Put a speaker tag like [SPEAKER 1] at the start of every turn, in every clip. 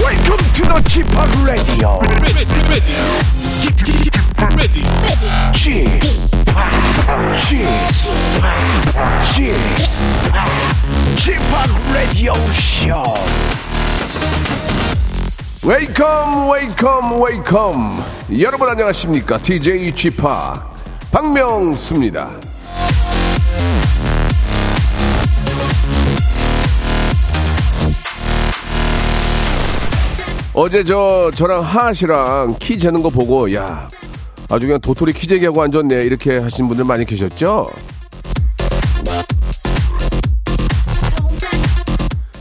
[SPEAKER 1] Welcome to the g p o p Radio.
[SPEAKER 2] ready, ready, ready, ready.
[SPEAKER 1] g p o p g p o p g p o p Radio Show. Welcome, Welcome, Welcome. 여러분 안녕하십니까? DJ g p o p 박명수입니다. 어제 저 저랑 하하 씨랑 키 재는 거 보고 야 아주 그냥 도토리 키 재기하고 앉았네 이렇게 하신 분들 많이 계셨죠?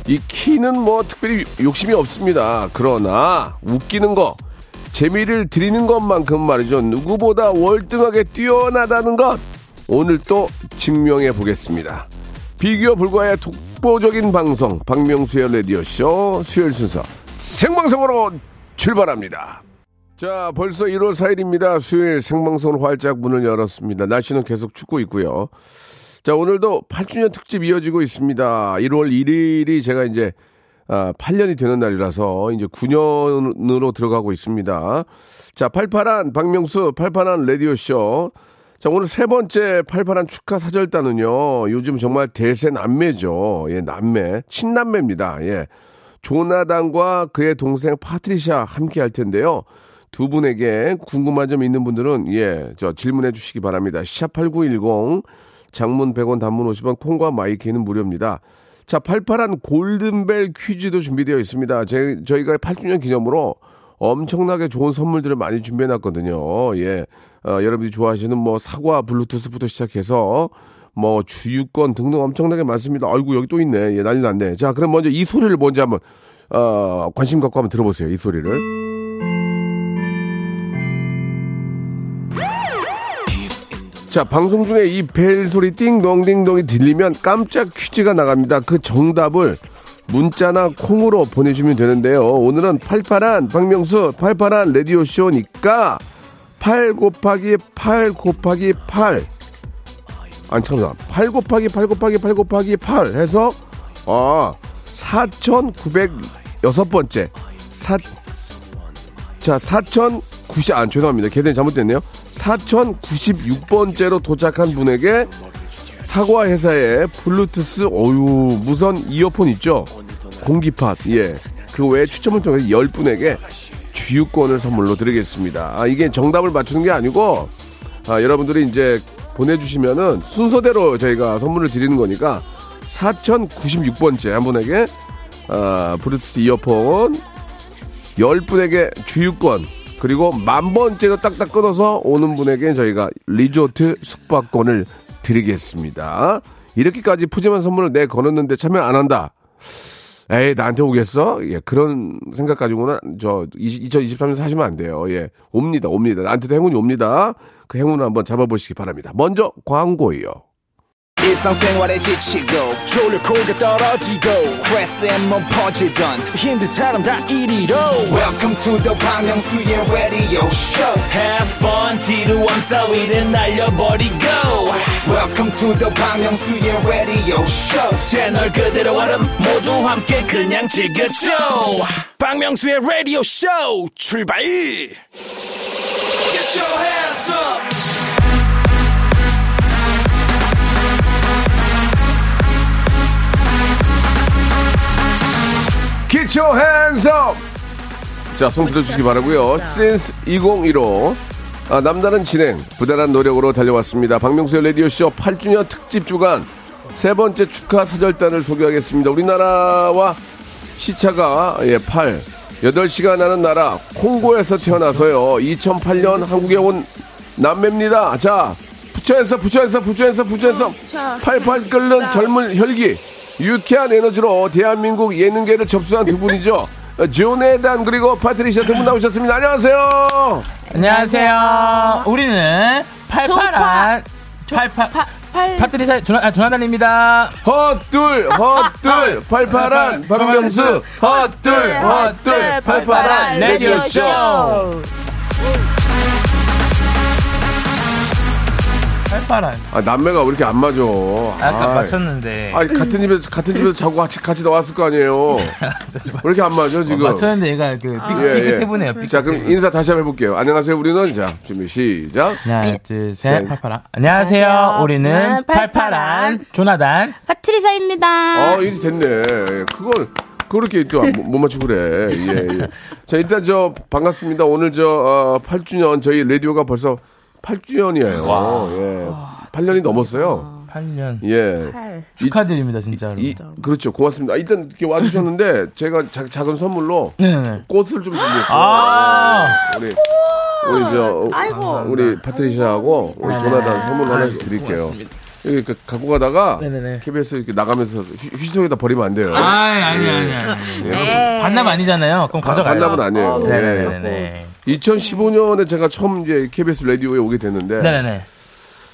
[SPEAKER 1] 이 키는 뭐 특별히 욕심이 없습니다. 그러나 웃기는 거 재미를 드리는 것만큼 말이죠 누구보다 월등하게 뛰어나다는 것 오늘 또 증명해 보겠습니다. 비교 불과의 독보적인 방송 박명수의 라디오 쇼 수요일 순서 생방송으로 출발합니다. 자, 벌써 1월 4일입니다. 수요일 생방송 활짝 문을 열었습니다. 날씨는 계속 춥고 있고요. 자, 오늘도 8주년 특집 이어지고 있습니다. 1월 1일이 제가 이제 아, 8년이 되는 날이라서 이제 9년으로 들어가고 있습니다. 자, 팔팔한 박명수 팔팔한 라디오쇼. 자, 오늘 세 번째 팔팔한 축하 사절단은요. 요즘 정말 대세 남매죠. 예, 남매. 친남매입니다. 예. 조나단과 그의 동생 파트리샤 함께 할 텐데요. 두 분에게 궁금한 점 있는 분들은 예, 저 질문해 주시기 바랍니다. 샵8910 장문 100원 단문 50원 콩과 마이키는 무료입니다. 자, 팔팔한 골든벨 퀴즈도 준비되어 있습니다. 제, 저희가 8주년 기념으로 엄청나게 좋은 선물들을 많이 준비해 놨거든요. 예. 어, 여러분이 좋아하시는 뭐 사과 블루투스부터 시작해서 뭐 주유권 등등 엄청나게 많습니다. 아이고 여기 또 있네. 예, 난리 났네. 자, 그럼 먼저 이 소리를 먼저 한번 어, 관심 갖고 한번 들어보세요. 이 소리를. 자, 방송 중에 이 벨 소리 띵동띵동이 들리면 깜짝 퀴즈가 나갑니다. 그 정답을 문자나 콩으로 보내주면 되는데요. 오늘은 팔팔한 박명수 팔팔한 라디오 쇼니까 8 곱하기 8 곱하기 8 아니 참나 8 곱하기 8 곱하기 8 곱하기 8 해서 아 4,906번째 사 자, 4,090, 아, 죄송합니다. 계산이 잘못됐네요. 4,096번째로 도착한 분에게 사과 회사의 블루투스, 어유 무선 이어폰 있죠? 공기팟, 예. 그 외에 추첨을 통해서 10분에게 주유권을 선물로 드리겠습니다. 아, 이게 정답을 맞추는 게 아니고, 아, 여러분들이 이제 보내주시면은 순서대로 저희가 선물을 드리는 거니까 4,096번째 한 분에게 아, 블루투스 이어폰, 열분에게 주유권 그리고 만 번째로 딱딱 끊어서 오는 분에게 저희가 리조트 숙박권을 드리겠습니다. 이렇게까지 푸짐한 선물을 내 거눴는데 참여 안 한다. 에이 나한테 오겠어? 예 그런 생각 가지고는 저 2023년 하시면 안 돼요. 예 옵니다 옵니다 나한테도 행운이 옵니다. 그 행운을 한번 잡아보시기 바랍니다. 먼저 광고예요.
[SPEAKER 3] 일상생활에 지치고, 졸려 코가 떨어지고, 스트레스에 몸 퍼지던, 힘든 사람 다 이리로. welcome to the Bang Myung-soo's radio show
[SPEAKER 4] Have fun 지루함 따위를 날려버리고
[SPEAKER 3] welcome to the Bang Myung-soo's radio show
[SPEAKER 4] 채널 그대로 얼음 모두 함께 그냥 즐겨줘
[SPEAKER 3] 박명수의 radio show 출발
[SPEAKER 4] Get your hands up
[SPEAKER 1] 기초 핸섬 자, 손 들어주시기 바라고요 Since 2015 아, 남다른 진행, 부단한 노력으로 달려왔습니다. 박명수의 라디오쇼 8주년 특집 주간 세 번째 축하 사절단을 소개하겠습니다. 우리나라와 시차가 예, 8, 8시간 하는 나라 콩고에서 태어나서요. 2008년 한국에 온 남매입니다. 자, 부처에서 부처에서 부처에서 부처에서 팔팔 끓는 젊은 혈기 유쾌한 에너지로 대한민국 예능계를 접수한 두 분이죠. 조네단 그리고 파트리샤 두 분 나오셨습니다. 안녕하세요.
[SPEAKER 5] 안녕하세요. 우리는 팔팔한 팔팔 파트리사 조나, 아, 조나단입니다.
[SPEAKER 1] 헛둘 헛둘 팔팔한 박명수 네, 헛둘 헛둘 팔팔한
[SPEAKER 5] 라디오
[SPEAKER 1] 레디오쇼 아,
[SPEAKER 5] 쇼. 팔팔한.
[SPEAKER 1] 아, 남매가 왜 이렇게 안 맞아?
[SPEAKER 5] 아까
[SPEAKER 1] 아이. 예.
[SPEAKER 5] 맞췄는데.
[SPEAKER 1] 아니 같은 집에서 같은 집에서 자고 같이 같이 나왔을 거 아니에요. 왜 이렇게 안 맞아 지금?
[SPEAKER 5] 맞췄는데 얘가 그
[SPEAKER 1] 예, 예.
[SPEAKER 5] 삐끗해 보네요.
[SPEAKER 1] 자 그럼 인사 다시 한번 해볼게요. 안녕하세요. 우리는 자 준비 시작.
[SPEAKER 5] 하나, 둘, 셋,
[SPEAKER 1] 셋.
[SPEAKER 5] 팔팔한. 안녕하세요.
[SPEAKER 6] 안녕하세요.
[SPEAKER 5] 우리는
[SPEAKER 6] 음, 팔팔한.
[SPEAKER 5] 팔팔한 조나단.
[SPEAKER 6] 파트리샤입니다.
[SPEAKER 1] 아 이제 됐네. 예, 그걸 그렇게 또 못 맞추고 그래. 예, 예. 자 일단 저 반갑습니다. 오늘 저 어, 8주년 저희 라디오가 벌써 8주년이에요. 예. 8년이 넘었어요.
[SPEAKER 5] 8년.
[SPEAKER 1] 예.
[SPEAKER 6] 팔.
[SPEAKER 5] 축하드립니다, 진짜로.
[SPEAKER 1] 이, 그렇죠. 고맙습니다. 아, 일단 이렇게 와주셨는데 제가 자- 작은 선물로
[SPEAKER 5] 네네.
[SPEAKER 1] 꽃을 좀 준비했어요.
[SPEAKER 5] 아,
[SPEAKER 1] 예. 우리 우리 저
[SPEAKER 6] 아이고.
[SPEAKER 1] 우리 파트리샤하고
[SPEAKER 5] 네.
[SPEAKER 1] 우리 조나단 선물 하나씩 드릴게요. 여기 그 갖고 가다가
[SPEAKER 5] 네네네.
[SPEAKER 1] KBS 이렇게 나가면서 휴- 휴지통에다 버리면 안 돼요.
[SPEAKER 5] 아니, 아니, 아니, 아니.
[SPEAKER 6] 네.
[SPEAKER 5] 반납 아니잖아요. 그럼 가져가요.
[SPEAKER 1] 예. 반납은 아니에요. 예.
[SPEAKER 5] 네네네.
[SPEAKER 1] 2015년에 제가 처음 이제 KBS 라디오에 오게 됐는데
[SPEAKER 5] 네네네.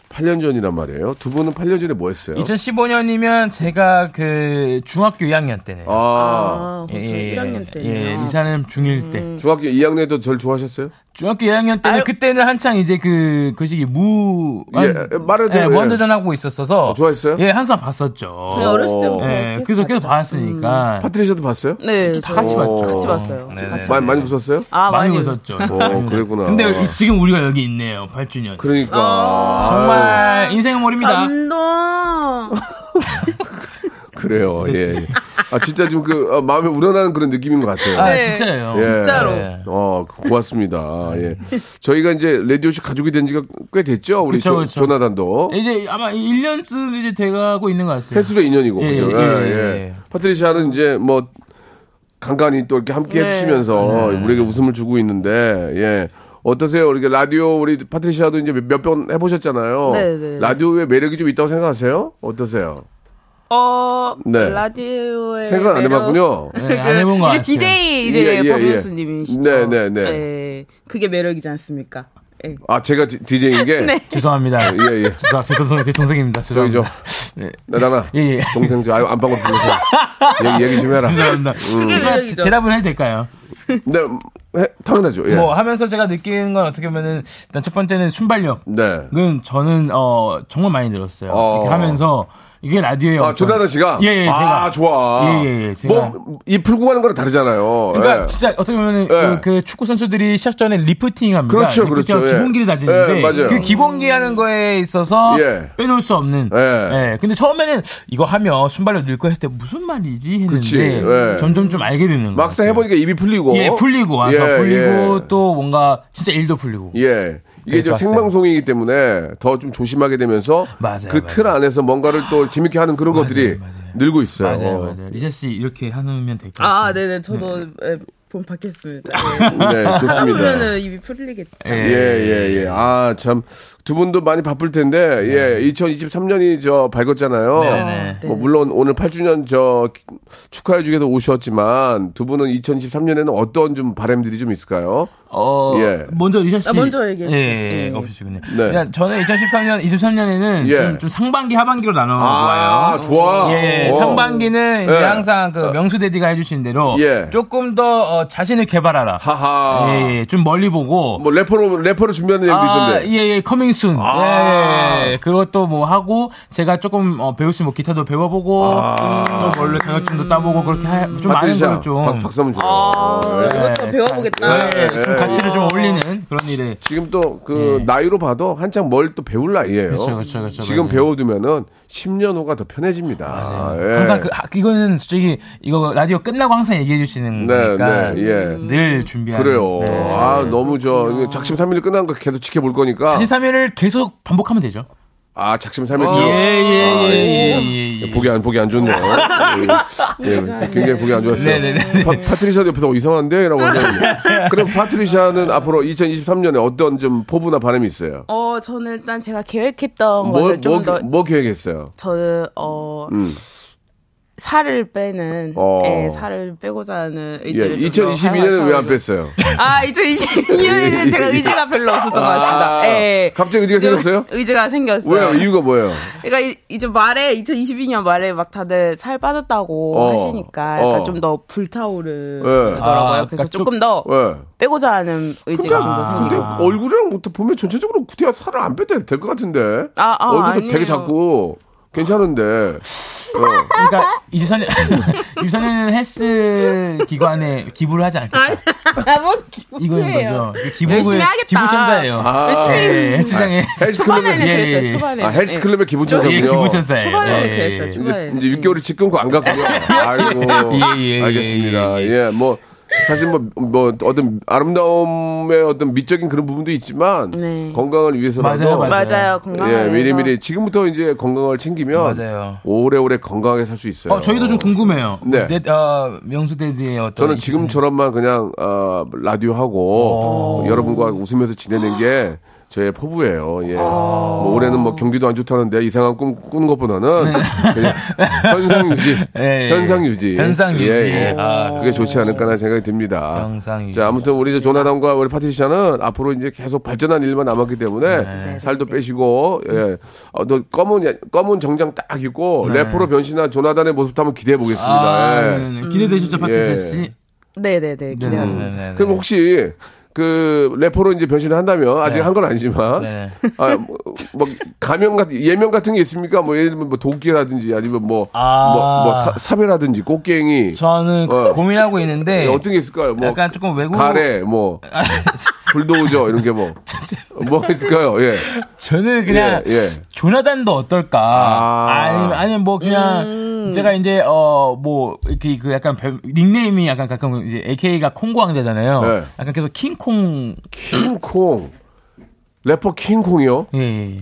[SPEAKER 1] 8년 전이란 말이에요. 두 분은 8년 전에 뭐 했어요?
[SPEAKER 5] 2015년이면 제가 그 중학교 2학년 때네요.
[SPEAKER 1] 아,
[SPEAKER 6] 아,
[SPEAKER 5] 예,
[SPEAKER 6] 그렇죠.
[SPEAKER 5] 예,
[SPEAKER 6] 1학년 때.
[SPEAKER 5] 예, 이사는 중1 때.
[SPEAKER 1] 중학교 2학년에도 절 좋아하셨어요?
[SPEAKER 5] 중학교 2학년 때는 그때는 한창 이제 그, 그 시기 무.
[SPEAKER 1] 예, 말해도- 예.
[SPEAKER 5] 아, 원더전 하고 있었어서.
[SPEAKER 1] 어, 좋아했어요?
[SPEAKER 5] 예, 항상 봤었죠.
[SPEAKER 6] 저희 어렸을 때부터
[SPEAKER 5] 예,
[SPEAKER 6] 계속
[SPEAKER 5] 그래서 계속 봤으니까.
[SPEAKER 1] 파트리샤도 봤어요?
[SPEAKER 6] 네, 다
[SPEAKER 5] 같이
[SPEAKER 1] 봤죠.
[SPEAKER 6] 같이 봤어요.
[SPEAKER 5] 네네.
[SPEAKER 6] 같이
[SPEAKER 1] 많이, 많이 웃었어요?
[SPEAKER 6] 아,
[SPEAKER 5] 많이 웃었죠.
[SPEAKER 1] 어, 그랬구나.
[SPEAKER 5] 근데 이- 지금 우리가 여기 있네요. 8주년.
[SPEAKER 1] 그러니까.
[SPEAKER 6] 아.
[SPEAKER 5] 정말 인생의 몰입니다.
[SPEAKER 6] 감동.
[SPEAKER 1] 아유, 그래요. 예. 예. 아, 진짜 좀 그, 어, 마음에 우러나는 그런 느낌인 것 같아요.
[SPEAKER 5] 아,
[SPEAKER 6] 네.
[SPEAKER 5] 진짜예요.
[SPEAKER 1] 예.
[SPEAKER 6] 진짜로.
[SPEAKER 5] 네.
[SPEAKER 1] 어, 고맙습니다. 예. 저희가 이제 라디오쇼 가족이 된 지가 꽤 됐죠? 우리
[SPEAKER 5] 그쵸, 예.
[SPEAKER 1] 조,
[SPEAKER 5] 그쵸.
[SPEAKER 1] 조나단도.
[SPEAKER 5] 이제 아마 1년쯤 이제 돼가고 있는 것 같아요.
[SPEAKER 1] 횟수로 인연이고,
[SPEAKER 5] 예,
[SPEAKER 1] 그죠?
[SPEAKER 5] 예,
[SPEAKER 1] 예, 예,
[SPEAKER 5] 예.
[SPEAKER 1] 파트리샤는 이제 뭐, 간간히 또 이렇게
[SPEAKER 5] 네.
[SPEAKER 1] 함께 해주시면서 우리에게 웃음을 주고 있는데, 예. 어떠세요? 이렇게 라디오, 우리 파트리샤도 이제 몇 번 해보셨잖아요.
[SPEAKER 6] 네, 네.
[SPEAKER 1] 라디오에 매력이 좀 있다고 생각하세요? 어떠세요?
[SPEAKER 6] 어,
[SPEAKER 1] 네.
[SPEAKER 6] 라디오에.
[SPEAKER 1] 생각 안
[SPEAKER 6] 매력-
[SPEAKER 1] 해봤군요.
[SPEAKER 5] 네, 안 해본 것
[SPEAKER 6] 이게
[SPEAKER 5] 같아요.
[SPEAKER 6] DJ
[SPEAKER 1] 예,
[SPEAKER 6] 이제
[SPEAKER 1] 예,
[SPEAKER 6] 박명수님이시죠.
[SPEAKER 1] 예. 네, 네, 네.
[SPEAKER 6] 예, 그게 매력이지 않습니까? 예.
[SPEAKER 1] 아, 제가 디, DJ인 게?
[SPEAKER 6] 네.
[SPEAKER 5] 죄송합니다.
[SPEAKER 1] 예, 예.
[SPEAKER 5] 죄송, 제 동생, 제 동생입니다.
[SPEAKER 1] 저기 저,
[SPEAKER 5] 죄송합니다. 네.
[SPEAKER 1] 나, 나나.
[SPEAKER 5] 예, 예.
[SPEAKER 1] 동생 저, 아유, 안방으로 불러서. 얘기, 얘기 좀 해라.
[SPEAKER 5] 죄송합니다.
[SPEAKER 1] 음.
[SPEAKER 6] 그게 매력이죠.
[SPEAKER 5] 대답을 해도 될까요?
[SPEAKER 1] 네, 해, 당연하죠. 예.
[SPEAKER 5] 뭐 하면서 제가 느끼는 건 어떻게 보면은 일단 첫 번째는 순발력.
[SPEAKER 1] 네.
[SPEAKER 5] 은 저는 어 정말 많이 늘었어요.
[SPEAKER 1] 어.
[SPEAKER 5] 이렇게 하면서 이게 라디오에
[SPEAKER 1] 아,
[SPEAKER 5] 어떤-
[SPEAKER 1] 조다나 씨가?
[SPEAKER 5] 예, 예, 제가.
[SPEAKER 1] 아, 좋아.
[SPEAKER 5] 예, 예, 예, 제가.
[SPEAKER 1] 뭐, 이 풀고 가는 거랑 다르잖아요.
[SPEAKER 5] 그러니까
[SPEAKER 1] 예.
[SPEAKER 5] 진짜 어떻게 보면
[SPEAKER 1] 예.
[SPEAKER 5] 그, 그 축구 선수들이 시작 전에 리프팅 합니다.
[SPEAKER 1] 그렇죠,
[SPEAKER 5] 리프팅하고
[SPEAKER 1] 그렇죠, 예.
[SPEAKER 5] 기본기를 다지는데
[SPEAKER 1] 예, 맞아요.
[SPEAKER 5] 그 기본기 하는 거에 있어서
[SPEAKER 1] 예.
[SPEAKER 5] 빼놓을 수 없는.
[SPEAKER 1] 예.
[SPEAKER 5] 예. 근데 처음에는 이거 하면 순발력 늘고 했을 때 무슨 말이지 했는데
[SPEAKER 1] 그치, 예.
[SPEAKER 5] 점점 좀 알게 되는 거예요.
[SPEAKER 1] 막상 해보니까 입이 풀리고.
[SPEAKER 5] 예, 풀리고 와서
[SPEAKER 1] 예,
[SPEAKER 5] 풀리고
[SPEAKER 1] 예.
[SPEAKER 5] 또 뭔가 진짜 일도 풀리고.
[SPEAKER 1] 예. 이게
[SPEAKER 5] 되게
[SPEAKER 1] 이제
[SPEAKER 5] 좋았어요.
[SPEAKER 1] 생방송이기 때문에 더 좀 조심하게 되면서
[SPEAKER 5] 맞아요,
[SPEAKER 1] 그
[SPEAKER 5] 맞아요.
[SPEAKER 1] 틀 안에서 뭔가를 또 재밌게 하는 그런 것들이
[SPEAKER 5] 맞아요.
[SPEAKER 1] 늘고 있어요.
[SPEAKER 5] 맞아요, 맞아요. 리샤 씨 이렇게 하면 될 것 같습니다.
[SPEAKER 6] 아, 네네. 저도 예, 본 받겠습니다.
[SPEAKER 1] 네, 좋습니다.
[SPEAKER 6] 그러면은 입이 풀리겠다.
[SPEAKER 1] 예, 예, 예. 아, 참. 두 분도 많이 바쁠 텐데, 예, 2023년이 저 밝았잖아요.
[SPEAKER 5] 네. 네네.
[SPEAKER 1] 뭐, 물론 오늘 8주년 저 축하해주기에서 오셨지만, 두 분은 2023년에는 어떤 좀 바람들이 좀 있을까요?
[SPEAKER 5] 어,
[SPEAKER 1] 예.
[SPEAKER 5] 먼저 리샤 씨.
[SPEAKER 6] 아, 먼저 얘기해
[SPEAKER 5] 예,
[SPEAKER 6] 주세요.
[SPEAKER 5] 예,
[SPEAKER 6] 예.
[SPEAKER 5] 없으시군요.
[SPEAKER 1] 네.
[SPEAKER 5] 그냥 저는 2013년, 23년에는
[SPEAKER 1] 예.
[SPEAKER 5] 좀, 좀 상반기, 하반기로 나눠
[SPEAKER 1] 아,
[SPEAKER 5] 보아요.
[SPEAKER 1] 좋아.
[SPEAKER 5] 예,
[SPEAKER 1] 어.
[SPEAKER 5] 상반기는
[SPEAKER 1] 예.
[SPEAKER 5] 이제 항상 그 명수 대디가 해주신 대로
[SPEAKER 1] 예.
[SPEAKER 5] 조금 더 어, 자신을 개발하라.
[SPEAKER 1] 하하.
[SPEAKER 5] 예, 예, 좀 멀리 보고.
[SPEAKER 1] 뭐, 래퍼로, 래퍼를 준비하는 얘기도
[SPEAKER 5] 아,
[SPEAKER 1] 있던데.
[SPEAKER 5] 예, 예, 커밍 순.
[SPEAKER 1] 아.
[SPEAKER 5] 예, 예, 그것도 뭐 하고, 제가 조금, 어, 배울 수 있는 뭐 기타도 배워보고,
[SPEAKER 1] 아.
[SPEAKER 5] 또 원래 자격증도 따보고, 그렇게 하, 좀 많은
[SPEAKER 1] 파트리샤,
[SPEAKER 5] 걸 좀. 아, 네.
[SPEAKER 1] 박, 박수 한번 줘요. 예.
[SPEAKER 6] 이것도 배워보겠다.
[SPEAKER 5] 예, 예, 좀
[SPEAKER 1] 예.
[SPEAKER 5] 가치를 좀 올리는 그런 일에.
[SPEAKER 1] 지금 또 그 나이로 봐도 한창 뭘 또 배울 나이예요.
[SPEAKER 5] 예. 그쵸, 그쵸, 그쵸,
[SPEAKER 1] 지금
[SPEAKER 5] 맞아요.
[SPEAKER 1] 배워두면은 10년 후가 더 편해집니다. 예.
[SPEAKER 5] 항상 그 아, 이거는 솔직히 이거 라디오 끝나고 항상 얘기해 주시는
[SPEAKER 1] 네,
[SPEAKER 5] 거니까
[SPEAKER 1] 네, 예.
[SPEAKER 5] 늘 준비하는
[SPEAKER 1] 그래요.
[SPEAKER 5] 네.
[SPEAKER 1] 아 너무 저 이거 작심 삼일로 끝난 거 계속 지켜볼 거니까.
[SPEAKER 5] 23일을 계속 반복하면 되죠.
[SPEAKER 1] 아 작심 삼일
[SPEAKER 5] 예,
[SPEAKER 1] 뒤로. 아,
[SPEAKER 5] 예,
[SPEAKER 1] 예.
[SPEAKER 5] 예, 예, 예.
[SPEAKER 1] 보기 안 보기 안 좋네요. 예, 예, 굉장히 보기 안 좋았어요.
[SPEAKER 5] 네, 네, 네.
[SPEAKER 1] 파, 파트리샤도 옆에서 어, 이상한데라고 하는데. 그럼 파트리샤는 앞으로 2023년에 어떤 좀 포부나 바람이 있어요?
[SPEAKER 6] 어, 저는 일단
[SPEAKER 5] 어,
[SPEAKER 6] 제가 계획했던
[SPEAKER 1] 뭐 뭐
[SPEAKER 6] 것을
[SPEAKER 1] 뭐
[SPEAKER 6] 좀더
[SPEAKER 1] 계획했어요?
[SPEAKER 6] 저는 어 살을 빼는
[SPEAKER 1] 음. 어.
[SPEAKER 6] 예, 살을 빼고자 하는
[SPEAKER 1] 예,
[SPEAKER 6] 의지를
[SPEAKER 1] 2022년은 왜 안 뺐어요?
[SPEAKER 6] 아 2022년에는 제가 의지가 별로 없었던 것 같습니다.
[SPEAKER 1] 아,
[SPEAKER 6] 예.
[SPEAKER 1] 갑자기 의지가
[SPEAKER 6] 좀
[SPEAKER 1] 생겼어요?
[SPEAKER 6] 의지가 생겼어요.
[SPEAKER 1] 왜요? 이유가 뭐예요?
[SPEAKER 6] 그러니까 이- 이제 말에 2022년 말에 막 다들 살 빠졌다고
[SPEAKER 1] 어.
[SPEAKER 6] 하시니까 약간
[SPEAKER 1] 어.
[SPEAKER 6] 좀 더 불타오르더라고요.
[SPEAKER 1] 예.
[SPEAKER 5] 아,
[SPEAKER 6] 그래서
[SPEAKER 5] 그러니까 좀-
[SPEAKER 6] 조금 더
[SPEAKER 1] 왜?
[SPEAKER 6] 빼고자 하는 의지가 좀 더
[SPEAKER 1] 그 그러니까 근데
[SPEAKER 6] 생기고.
[SPEAKER 1] 얼굴이랑 뭐 보면 전체적으로 구태야 살을 안 빼도 될 것 같은데.
[SPEAKER 6] 아, 아,
[SPEAKER 1] 얼굴도
[SPEAKER 6] 아니에요.
[SPEAKER 1] 되게 작고 괜찮은데. 어.
[SPEAKER 5] 그러니까 24년 24년은 헬스 기관에 기부를 하지 않겠다.
[SPEAKER 6] 뭔
[SPEAKER 5] 이거인
[SPEAKER 6] 기분이에요.
[SPEAKER 5] 거죠. 그
[SPEAKER 6] 아,
[SPEAKER 5] 기부를
[SPEAKER 6] 네. 열심히 하겠다.
[SPEAKER 5] 기부 천사예요.
[SPEAKER 1] 아. 열심히
[SPEAKER 5] 예, 헬스장에
[SPEAKER 1] 헬스클럽에
[SPEAKER 6] 초반에는
[SPEAKER 5] 예, 예,
[SPEAKER 6] 그랬어요.
[SPEAKER 5] 예.
[SPEAKER 6] 초반에.
[SPEAKER 1] 아, 헬스클럽의 기본
[SPEAKER 5] 예,
[SPEAKER 1] 전사군요.
[SPEAKER 5] 기부 천사예요.
[SPEAKER 6] 초반에는
[SPEAKER 5] 예, 예,
[SPEAKER 6] 그랬어요.
[SPEAKER 5] 예.
[SPEAKER 1] 이제,
[SPEAKER 6] 초반에는.
[SPEAKER 1] 이제 6개월이 찍은 거 안 갔군요.
[SPEAKER 6] 네.
[SPEAKER 1] 아이고.
[SPEAKER 5] 예, 예, 예,
[SPEAKER 1] 알겠습니다. 예,
[SPEAKER 5] 예,
[SPEAKER 1] 뭐. 사실 뭐, 뭐, 어떤 아름다움의 어떤 미적인 그런 부분도 있지만
[SPEAKER 6] 네.
[SPEAKER 1] 건강을 위해서라도
[SPEAKER 5] 맞아요, 맞아요.
[SPEAKER 6] 맞아요. 건강.
[SPEAKER 1] 예, 미리미리 지금부터 이제 건강을 챙기면
[SPEAKER 5] 맞아요.
[SPEAKER 1] 오래오래 건강하게 살 수 있어요.
[SPEAKER 5] 어, 저희도 좀 궁금해요.
[SPEAKER 1] 네.
[SPEAKER 5] 네, 어, 명수 대디의 어떤
[SPEAKER 1] 저는
[SPEAKER 5] 이
[SPEAKER 1] 지금처럼만 그냥 어, 라디오
[SPEAKER 5] 아.
[SPEAKER 1] 하고 여러분과 웃으면서 지내는 게 저의 포부예요.
[SPEAKER 5] 아.
[SPEAKER 1] 예. 뭐 올해는 뭐 경기도 안 좋다는데 이상한 꿈 꾸는 것보다는 그냥 현상 유지,
[SPEAKER 5] 네. 예, 예.
[SPEAKER 1] 현상 유지, 예,
[SPEAKER 5] 현상 유지. 아,
[SPEAKER 1] 그게 좋지 않을까라는 생각이 듭니다.
[SPEAKER 5] 현상 유지
[SPEAKER 1] 자, 아무튼 우리 이제 조나단과 우리 파티션은 앞으로 이제 계속 발전한 일만 남았기 때문에
[SPEAKER 5] 네,
[SPEAKER 1] 살도 빼시고 예, 어, 너 검은 검은 정장 딱 입고 래퍼로 변신한 조나단의 모습도 한번 기대해 보겠습니다.
[SPEAKER 5] 네. 아,
[SPEAKER 1] 예.
[SPEAKER 5] 네네네.
[SPEAKER 1] 예.
[SPEAKER 5] 기대되시죠,
[SPEAKER 1] 음.
[SPEAKER 5] 박태세 씨?
[SPEAKER 6] 네네네.
[SPEAKER 5] 음.
[SPEAKER 6] 기대가 됩니다.
[SPEAKER 5] 네네네.
[SPEAKER 1] 그럼 뭐 혹시 그 래퍼로 이제 변신을 한다면 아직 한 건 아니지만
[SPEAKER 5] 네.
[SPEAKER 1] 아, 뭐, 뭐 가면 같은 예명 같은 게 있습니까? 뭐 예를 들면 뭐 도끼라든지 아니면 뭐 뭐
[SPEAKER 5] 아.
[SPEAKER 1] 사배라든지 꽃갱이
[SPEAKER 5] 저는
[SPEAKER 1] 어.
[SPEAKER 5] 고민하고 있는데
[SPEAKER 1] 어떤 게 있을까요? 뭐
[SPEAKER 5] 약간 조금 외국
[SPEAKER 1] 가래 뭐 불도우저 이런 게 뭐 뭐가 있을까요? 예.
[SPEAKER 5] 저는 그냥
[SPEAKER 1] 예, 예.
[SPEAKER 5] 조나단도 어떨까?
[SPEAKER 1] 아. 음.
[SPEAKER 5] 아. 니면 아니면 뭐 그냥 제가 이제 어 뭐 이렇게 그 약간 별- 닉네임이 약간 가끔 이제 AK가 콩고 왕자잖아요.
[SPEAKER 1] 네.
[SPEAKER 5] 약간 계속 킹콩
[SPEAKER 1] 킹콩 래퍼 킹콩이요?
[SPEAKER 5] 예, 예.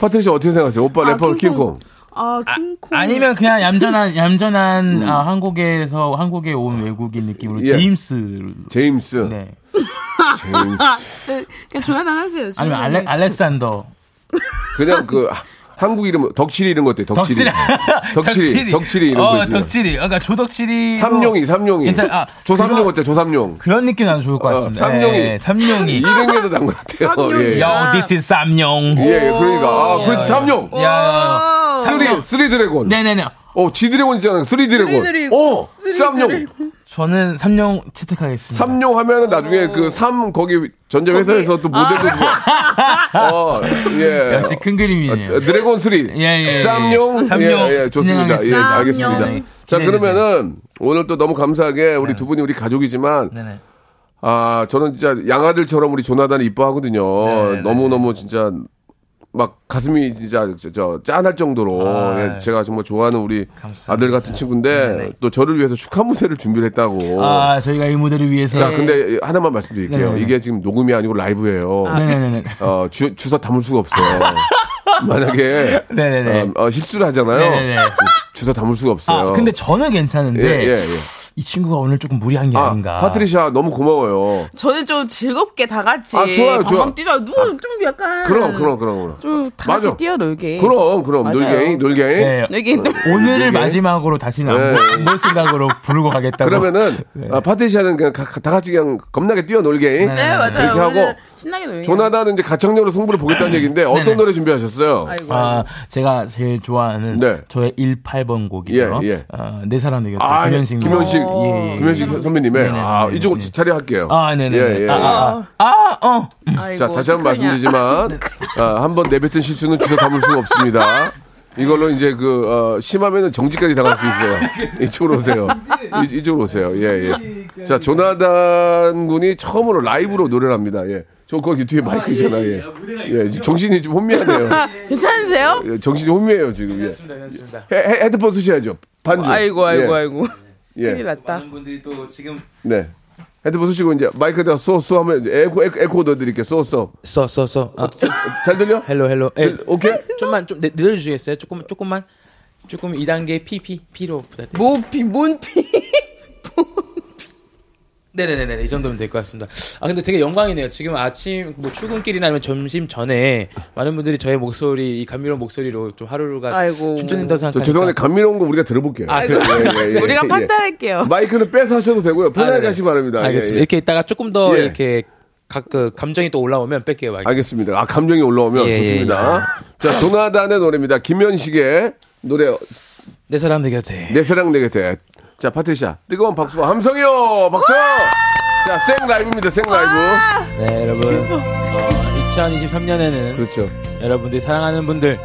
[SPEAKER 1] 파트리씨 어떻게 생각하세요? 오빠 래퍼 킹콩.
[SPEAKER 6] 아, 킹콩.
[SPEAKER 5] 아니면 그냥 얌전한 얌전한 아, 한국에서 한국에 온 외국인 느낌으로
[SPEAKER 1] 음. 예.
[SPEAKER 5] 제임스
[SPEAKER 1] 제임스
[SPEAKER 5] 네.
[SPEAKER 1] 제임스
[SPEAKER 6] 네, 그냥 조나단 하세요. 어.
[SPEAKER 5] 아니면
[SPEAKER 6] 조나단.
[SPEAKER 5] 알렉 알렉산더
[SPEAKER 1] 그냥 그 하- 한국 이름 덕칠이 이런 거 어때? 덕칠이 덕칠이
[SPEAKER 5] 덕질이
[SPEAKER 1] 덕칠이 이런 거
[SPEAKER 5] 어,
[SPEAKER 1] 있으면.
[SPEAKER 5] 덕질이 그러니까 조덕질이
[SPEAKER 1] 삼룡이 삼룡이
[SPEAKER 5] 괜찮- 아,
[SPEAKER 1] 조삼룡
[SPEAKER 5] 그거-
[SPEAKER 1] 어때 조삼룡
[SPEAKER 5] 그런 느낌 나면 좋을 것
[SPEAKER 1] 어,
[SPEAKER 5] 같습니다.
[SPEAKER 1] 삼룡이.
[SPEAKER 5] 예, 삼룡이
[SPEAKER 1] 이런 게더 나은 것 같아요
[SPEAKER 6] 삼룡이.
[SPEAKER 1] 예, 예.
[SPEAKER 6] 야.
[SPEAKER 5] Yo, this is 삼룡.
[SPEAKER 1] 예, 예 그러니까 아 그렇지 삼룡
[SPEAKER 5] 야, 야.
[SPEAKER 6] 어,
[SPEAKER 1] 쓰리 쓰리 드래곤
[SPEAKER 5] 네. 네네네.
[SPEAKER 1] 어 지드래곤 있잖아요 쓰리 드래곤
[SPEAKER 6] 쓰리 드래곤.
[SPEAKER 1] 어 삼룡
[SPEAKER 5] 저는 삼룡 채택하겠습니다.
[SPEAKER 1] 삼룡
[SPEAKER 6] 어.
[SPEAKER 1] 하면은 나중에 그 삼 거기 전자 회사에서 또 모델도
[SPEAKER 6] 아.
[SPEAKER 1] 어예 아,
[SPEAKER 5] 역시 큰 그림이네요.
[SPEAKER 1] 드래곤 쓰리
[SPEAKER 5] 예, 예,
[SPEAKER 1] 쌈용
[SPEAKER 5] 예.
[SPEAKER 1] 예,
[SPEAKER 5] 쌈용
[SPEAKER 1] 예, 좋습니다 예
[SPEAKER 5] 진행하겠습니다. 네,
[SPEAKER 1] 알겠습니다
[SPEAKER 6] 쌈용.
[SPEAKER 1] 자
[SPEAKER 5] 기대해주세요.
[SPEAKER 1] 그러면은 오늘 또 너무 감사하게
[SPEAKER 5] 네.
[SPEAKER 1] 우리 두 분이 우리 가족이지만
[SPEAKER 5] 네네.
[SPEAKER 1] 아, 저는 진짜 양아들처럼 우리 조나단을 이뻐하거든요.
[SPEAKER 5] 네,
[SPEAKER 1] 너무너무 진짜 막 가슴이 진짜 저, 저 짠할 정도로
[SPEAKER 5] 아,
[SPEAKER 1] 예, 제가 정말 좋아하는 우리
[SPEAKER 5] 감사합니다.
[SPEAKER 1] 아들 같은 친구인데
[SPEAKER 5] 네네.
[SPEAKER 1] 또 저를 위해서 축하 무대를 준비를 했다고.
[SPEAKER 5] 아, 저희가 이 무대를 위해서.
[SPEAKER 1] 자, 근데 하나만 말씀드릴게요.
[SPEAKER 5] 네네네.
[SPEAKER 1] 이게 지금 녹음이 아니고 라이브예요.
[SPEAKER 5] 네네네.
[SPEAKER 1] 어, 주, 주사 담을 수가 없어요. 만약에
[SPEAKER 5] 네네네.
[SPEAKER 1] 어, 어, 실수를 하잖아요.
[SPEAKER 5] 네네네.
[SPEAKER 1] 주사 담을 수가 없어요.
[SPEAKER 5] 아, 근데 저는
[SPEAKER 1] 예,
[SPEAKER 5] 괜찮은데.
[SPEAKER 1] 예, 예.
[SPEAKER 5] 이 친구가 오늘 조금 무리한 게
[SPEAKER 1] 아,
[SPEAKER 5] 아, 닌가
[SPEAKER 1] 파트리샤 너무 고마워요.
[SPEAKER 6] 저는 좀 즐겁게 다 같이
[SPEAKER 1] 아, 좋아요,
[SPEAKER 6] 방방
[SPEAKER 1] 좋아.
[SPEAKER 6] 뛰자. 누군 좀 약간
[SPEAKER 1] 그럼, 그럼, 그럼, 그럼.
[SPEAKER 6] 좀다 같이
[SPEAKER 1] 맞아.
[SPEAKER 6] 뛰어놀게.
[SPEAKER 1] 그럼 그럼
[SPEAKER 6] 맞아요.
[SPEAKER 1] 놀갱이 놀갱이
[SPEAKER 5] 네.
[SPEAKER 6] 여기
[SPEAKER 5] 오늘을 마지막으로 다시는 안
[SPEAKER 1] 네.
[SPEAKER 5] 볼 생각으로 부르고 가겠다고. 네.
[SPEAKER 1] 그러면은 아, 파티시아는 그냥 가- 다 같이 그냥 겁나게 뛰어 놀갱이
[SPEAKER 6] 네, 맞아요.
[SPEAKER 1] 그렇게
[SPEAKER 6] 오늘
[SPEAKER 1] 하고
[SPEAKER 6] 신나게 놀게.
[SPEAKER 1] 조나단은 이제 가창력으로 승부를 보겠다는 얘기인데 어떤
[SPEAKER 5] 네네.
[SPEAKER 1] 노래 준비하셨어요?
[SPEAKER 6] 아이고.
[SPEAKER 5] 아, 제가 제일 좋아하는
[SPEAKER 1] 네.
[SPEAKER 5] 저의 18번 곡이죠.
[SPEAKER 1] 예, 예.
[SPEAKER 5] 아, 내 사랑 되겠다.
[SPEAKER 1] 아,
[SPEAKER 5] 김현식.
[SPEAKER 1] 김현식
[SPEAKER 5] 예, 예.
[SPEAKER 1] 김현식 선배님의
[SPEAKER 5] 네네,
[SPEAKER 1] 아
[SPEAKER 5] 네네,
[SPEAKER 1] 이쪽으로
[SPEAKER 5] 네네.
[SPEAKER 1] 차례할게요.
[SPEAKER 5] 아, 네네.
[SPEAKER 1] 예, 예.
[SPEAKER 5] 아, 아, 아, 아, 어.
[SPEAKER 6] 아이고,
[SPEAKER 1] 자 다시 한번
[SPEAKER 6] 어떡하냐. 네.
[SPEAKER 1] 말씀드리지만 아, 한번 내뱉은 실수는 주워 담을 수가 없습니다. 이걸로 이제 그 어, 심하면은 정지까지 당할 수 있어요. 이쪽으로 오세요. 이, 쪽으로 오세요. 예 예. 자 조나단 군이 처음으로 라이브로 노래를 합니다. 예. 저 거기 뒤에 마이크 있잖아. 예. 예. 지금 정신이 좀 혼미하네요.
[SPEAKER 6] 괜찮으세요?
[SPEAKER 1] 예, 정신이 혼미해요 지금. 예. 헤, 헤, 헤드폰 쓰셔야죠. 반주.
[SPEAKER 6] 어, 아이고 아이고
[SPEAKER 1] 예,
[SPEAKER 6] 아이고. 큰일
[SPEAKER 1] 예.
[SPEAKER 6] 났다.
[SPEAKER 5] 분들이 또 지금
[SPEAKER 1] 네. 헤드폰 쓰시고 이제 마이크에다 쏘쏘 하면 이제 에코 에코, 에코 넣어드릴게요. 쏘쏘.
[SPEAKER 7] 써써써
[SPEAKER 5] 어,
[SPEAKER 7] 아,
[SPEAKER 1] 잘 들려?
[SPEAKER 7] 헬로 헬로 에,
[SPEAKER 1] 네, 오케이.
[SPEAKER 7] 좀만 좀 내- 늘려주겠어요 조금 조금만 조금
[SPEAKER 5] 뭐,
[SPEAKER 6] 뭐
[SPEAKER 7] 2단계 PP P로 부탁드려요
[SPEAKER 6] 모피 몬피.
[SPEAKER 5] 네네네네 이 정도면 될 것 같습니다. 아 근데 되게 영광이네요. 지금 아침 뭐 출근길이나 아니면 점심 전에 많은 분들이 저의 목소리 이 감미로운 목소리로 좀 하루가
[SPEAKER 6] 아이고.
[SPEAKER 1] 저
[SPEAKER 5] 충전된다고 생각하니까 그러니까.
[SPEAKER 1] 죄송한데 감미로운 거 우리가 들어볼게요.
[SPEAKER 5] 아, 그래요?
[SPEAKER 1] 예, 예, 예,
[SPEAKER 6] 우리가
[SPEAKER 1] 예.
[SPEAKER 6] 판단할게요.
[SPEAKER 1] 마이크는 빼서 하셔도 되고요. 편하게
[SPEAKER 5] 아, 네네.
[SPEAKER 1] 하시기 바랍니다. 예,
[SPEAKER 5] 알겠습니다.
[SPEAKER 1] 예.
[SPEAKER 5] 이렇게 있다가 조금 더
[SPEAKER 1] 예.
[SPEAKER 5] 이렇게 각 그 감정이 또 올라오면 뺄게요. 막.
[SPEAKER 1] 알겠습니다. 아, 감정이 올라오면
[SPEAKER 5] 예,
[SPEAKER 1] 좋습니다. 자, 조나단의 노래입니다. 김현식의 노래,
[SPEAKER 5] 내네 사람 내 곁에.
[SPEAKER 1] 내 사랑 내게 돼. 자, 파트리샤, 뜨거운 박수와 함성이요! 박수! 자, 생 라이브입니다, 생 라이브.
[SPEAKER 5] 네 여러분. 어, 2023년에는
[SPEAKER 1] 그렇죠.
[SPEAKER 5] 여러분들이 사랑하는 분들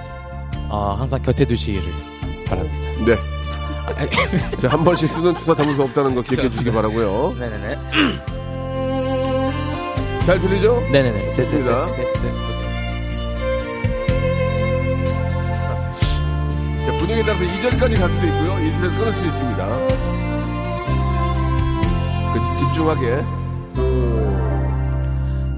[SPEAKER 5] 어, 항상 곁에 두시기를 바랍니다.
[SPEAKER 1] 네.
[SPEAKER 5] 아,
[SPEAKER 1] 자, 한 번씩 쓰는 투사 담을 수 없다는 거
[SPEAKER 5] 그렇죠.
[SPEAKER 1] 기억해 주시기 바라고요
[SPEAKER 5] 네네네.
[SPEAKER 1] 잘 들리죠?
[SPEAKER 5] 네네네. 세, 세, 세,
[SPEAKER 1] 좋습니다.
[SPEAKER 5] 세, 세.
[SPEAKER 1] 자, 분위기에 따라서 2절까지 갈 수도 있고요. 1절에서 끊을 수 있습니다. 그, 집중하게.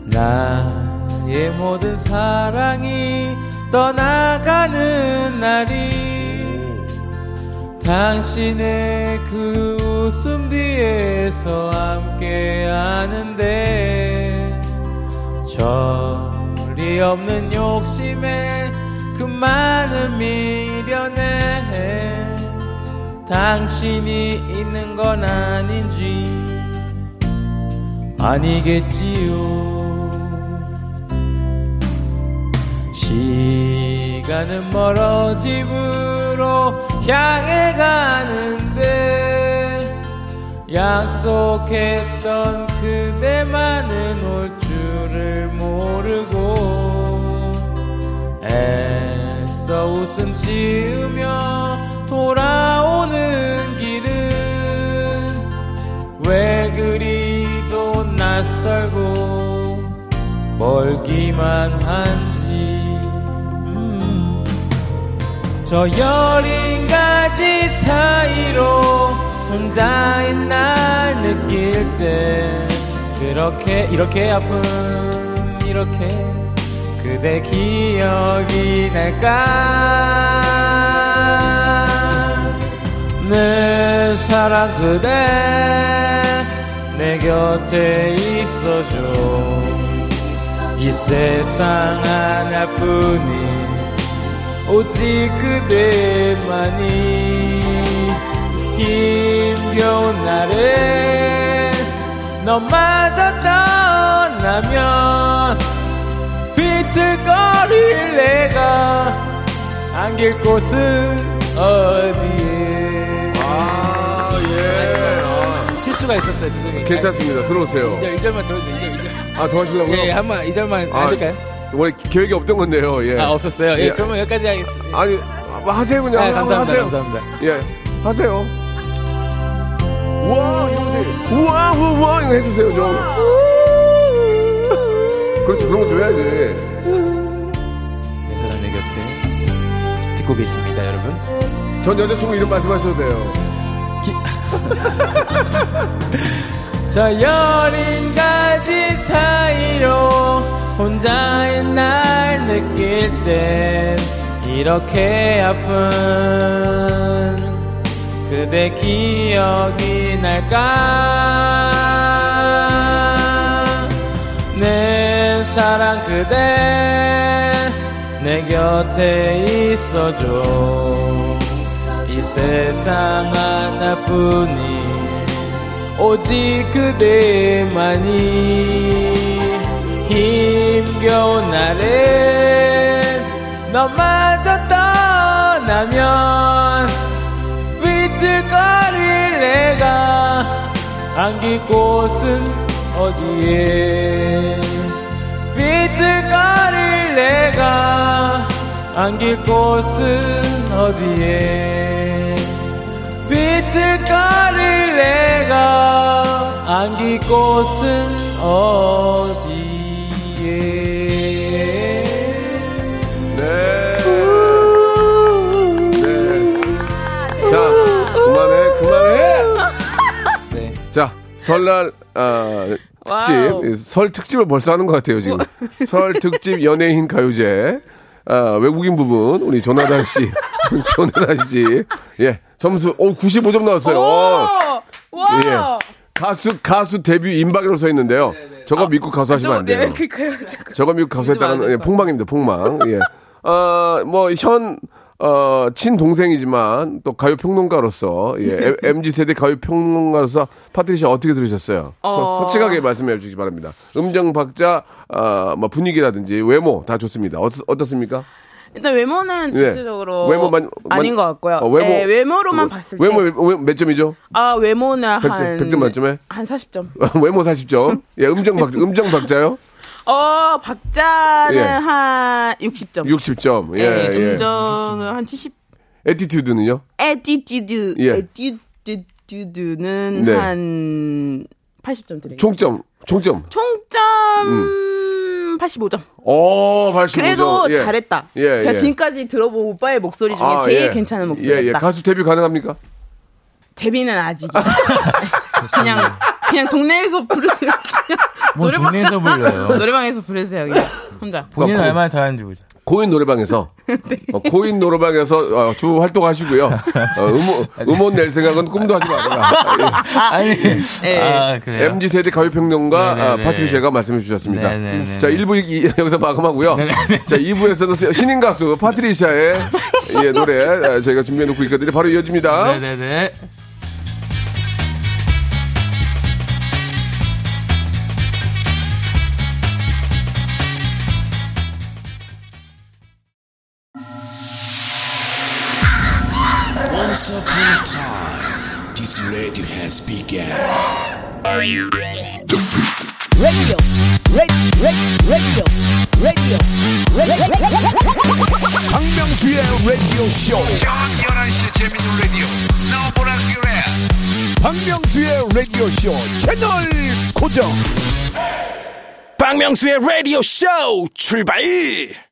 [SPEAKER 5] 나의 모든 사랑이 떠나가는 날이 당신의 그 웃음 뒤에서 함께 하는데 절이 없는 욕심에 그 많은 미련에 당신이 있는 건 아닌지 아니겠지요. 시간은 멀어 집으로 향해 가는데 약속했던 그대만은 올 줄을 모르고 애써 웃음 지으며 돌아오는 길은 왜 그리도 낯설고 멀기만 한지 음. 저 여린 가지 사이로 혼자인 날 느낄 때 그렇게 이렇게 아픈 이렇게 그대 기억이 날까 내 사랑 그대 내 곁에 있어줘 이 세상 하나뿐인 오직 그대만이 힘겨운 날에 너마다 떠나면 비틀거릴 내가 안길 곳은 어디에
[SPEAKER 1] 아, 예.
[SPEAKER 5] 실수가 있었어요 죄송해요
[SPEAKER 1] 아, 괜찮습니다. 들어오세요.
[SPEAKER 5] 이제 1절만 들어주세요 이절, 이절.
[SPEAKER 1] 아, 더 하시려고요?
[SPEAKER 5] 예, 한번 2절만
[SPEAKER 1] 아,
[SPEAKER 5] 안 될까요?
[SPEAKER 1] 원래 계획이 없던 건데요, 예.
[SPEAKER 5] 아 없었어요? 예,
[SPEAKER 1] 예.
[SPEAKER 5] 그러면 여기까지 하겠습니다
[SPEAKER 1] 아니, 뭐 하세요, 그냥.
[SPEAKER 5] 아,
[SPEAKER 1] 한번
[SPEAKER 5] 감사합니다
[SPEAKER 1] 하세요.
[SPEAKER 5] 감사합니다
[SPEAKER 1] 예, 하세요. 우와, 이거지. 우와, 우와, 우와, 이거 해주세요, 좀. 그렇지, 그런 거 줘야지.
[SPEAKER 5] 내 사랑 내 곁에 듣고 계십니다 여러분
[SPEAKER 1] 전 여자친구 이름 말씀하셔도 돼요.
[SPEAKER 5] 저 여린 가지 사이로 혼자인 날 느낄 땐 이렇게 아픈 그대 기억이 날까 내 사랑 그대 내 곁에 있어줘 이 세상 하나뿐인 오직 그대만이 힘겨운 날에 너마저 떠나면 비틀거릴 내가 안길 곳은 어디에 비틀거릴 내가 안길 곳은 어디에 비틀거릴 내가 안길 곳은 어디에
[SPEAKER 1] 네. 네. 자, 그만해, 그만해.
[SPEAKER 5] 네.
[SPEAKER 1] 자, 설날 아,
[SPEAKER 6] 와우. 뭐.
[SPEAKER 1] 특집, 설 특집을 벌써 하는 것 같아요 지금. 설 특집 연예인 가요제 아, 외국인 부분 우리 조나단 씨, 조나단 씨, 예 점수 오 95점 나왔어요. 어,
[SPEAKER 6] 와!
[SPEAKER 1] 예. 가수 가수 데뷔 임박이라고 써 있는데요. 저거 믿고 가수 하시면 안 돼요.
[SPEAKER 6] 아, 네, 그니까요.
[SPEAKER 1] 저거 미국 가수했다는
[SPEAKER 6] 믿으면 안
[SPEAKER 1] 예,
[SPEAKER 6] 될까?
[SPEAKER 1] 폭망입니다. 폭망. 예. 어뭐현 어, 친동생이지만 또 가요 평론가로서
[SPEAKER 6] 네.
[SPEAKER 1] 예, MZ 세대 가요 평론가로서 파트리샤 어떻게 들으셨어요?
[SPEAKER 6] 어.
[SPEAKER 1] 소, 솔직하게 말씀해 주시기 바랍니다. 음정 박자 어, 뭐 분위기라든지 외모 다 좋습니다. 어떻, 어떻습니까?
[SPEAKER 6] 일단 외모는
[SPEAKER 1] 예.
[SPEAKER 6] 전체적으로
[SPEAKER 1] 외모만-
[SPEAKER 6] 아닌 것 같고요.
[SPEAKER 1] 어, 외모
[SPEAKER 6] 예, 외모로만
[SPEAKER 1] 어,
[SPEAKER 6] 봤을
[SPEAKER 1] 외모,
[SPEAKER 6] 때.
[SPEAKER 1] 외모 몇 점이죠?
[SPEAKER 6] 아, 외모는
[SPEAKER 1] 백 점,
[SPEAKER 6] 한.
[SPEAKER 1] 백점 만점에?
[SPEAKER 6] 한 40점.
[SPEAKER 1] 외모 40점. 예, 음정 박자 음정 박자요?
[SPEAKER 6] 어, 박자는
[SPEAKER 1] 예.
[SPEAKER 6] 한 60점.
[SPEAKER 1] 60점. 예, 예.
[SPEAKER 6] 네, 음정은 한 70.
[SPEAKER 1] 에티튜드는요?
[SPEAKER 6] 에티튜드.
[SPEAKER 1] 예.
[SPEAKER 6] 에티튜드는
[SPEAKER 1] 네.
[SPEAKER 6] 한 80점 드리겠습니다.
[SPEAKER 1] 총점. 총점.
[SPEAKER 6] 총점 85점.
[SPEAKER 1] 오, 85점.
[SPEAKER 6] 그래도
[SPEAKER 1] 어, 예.
[SPEAKER 6] 잘했다.
[SPEAKER 1] 예,
[SPEAKER 6] 제가
[SPEAKER 1] 예.
[SPEAKER 6] 지금까지 들어본 오빠의 목소리 중에
[SPEAKER 1] 아,
[SPEAKER 6] 제일
[SPEAKER 1] 예.
[SPEAKER 6] 괜찮은 목소리였다.
[SPEAKER 1] 예, 예. 가수 데뷔 가능합니까?
[SPEAKER 6] 데뷔는 아직. 그냥 그냥 동네에서 부르세요. 그냥
[SPEAKER 5] 뭐 동네에서 불러요.
[SPEAKER 6] 노래방에서 부르세요. 그냥 혼자.
[SPEAKER 5] 본인
[SPEAKER 1] 그-
[SPEAKER 5] 얼마나 잘하는지 보자.
[SPEAKER 1] 코인 노래방에서.
[SPEAKER 6] 네.
[SPEAKER 1] 어, 코인 노래방에서 어, 주 활동하시고요. 어, 음원, 음원 낼 생각은 꿈도 하지 마라.
[SPEAKER 5] 아니,
[SPEAKER 6] 예.
[SPEAKER 5] 아, 그래요.
[SPEAKER 1] MG 세대 가요 평론가
[SPEAKER 5] 네네네.
[SPEAKER 1] 아, 파트리샤가 말씀해 주셨습니다.
[SPEAKER 5] 네네네. 네,
[SPEAKER 1] 자, 1부 이- 여기서 마감하고요. 자, 2부에서는 신인 가수 파트리샤의 예, 노래 아, 저희가 준비해 놓고 있거든요. 바로 이어집니다.
[SPEAKER 5] 네네네.
[SPEAKER 2] Once upon a time, this radio has begun.
[SPEAKER 3] 박명수의 라디오 쇼 출발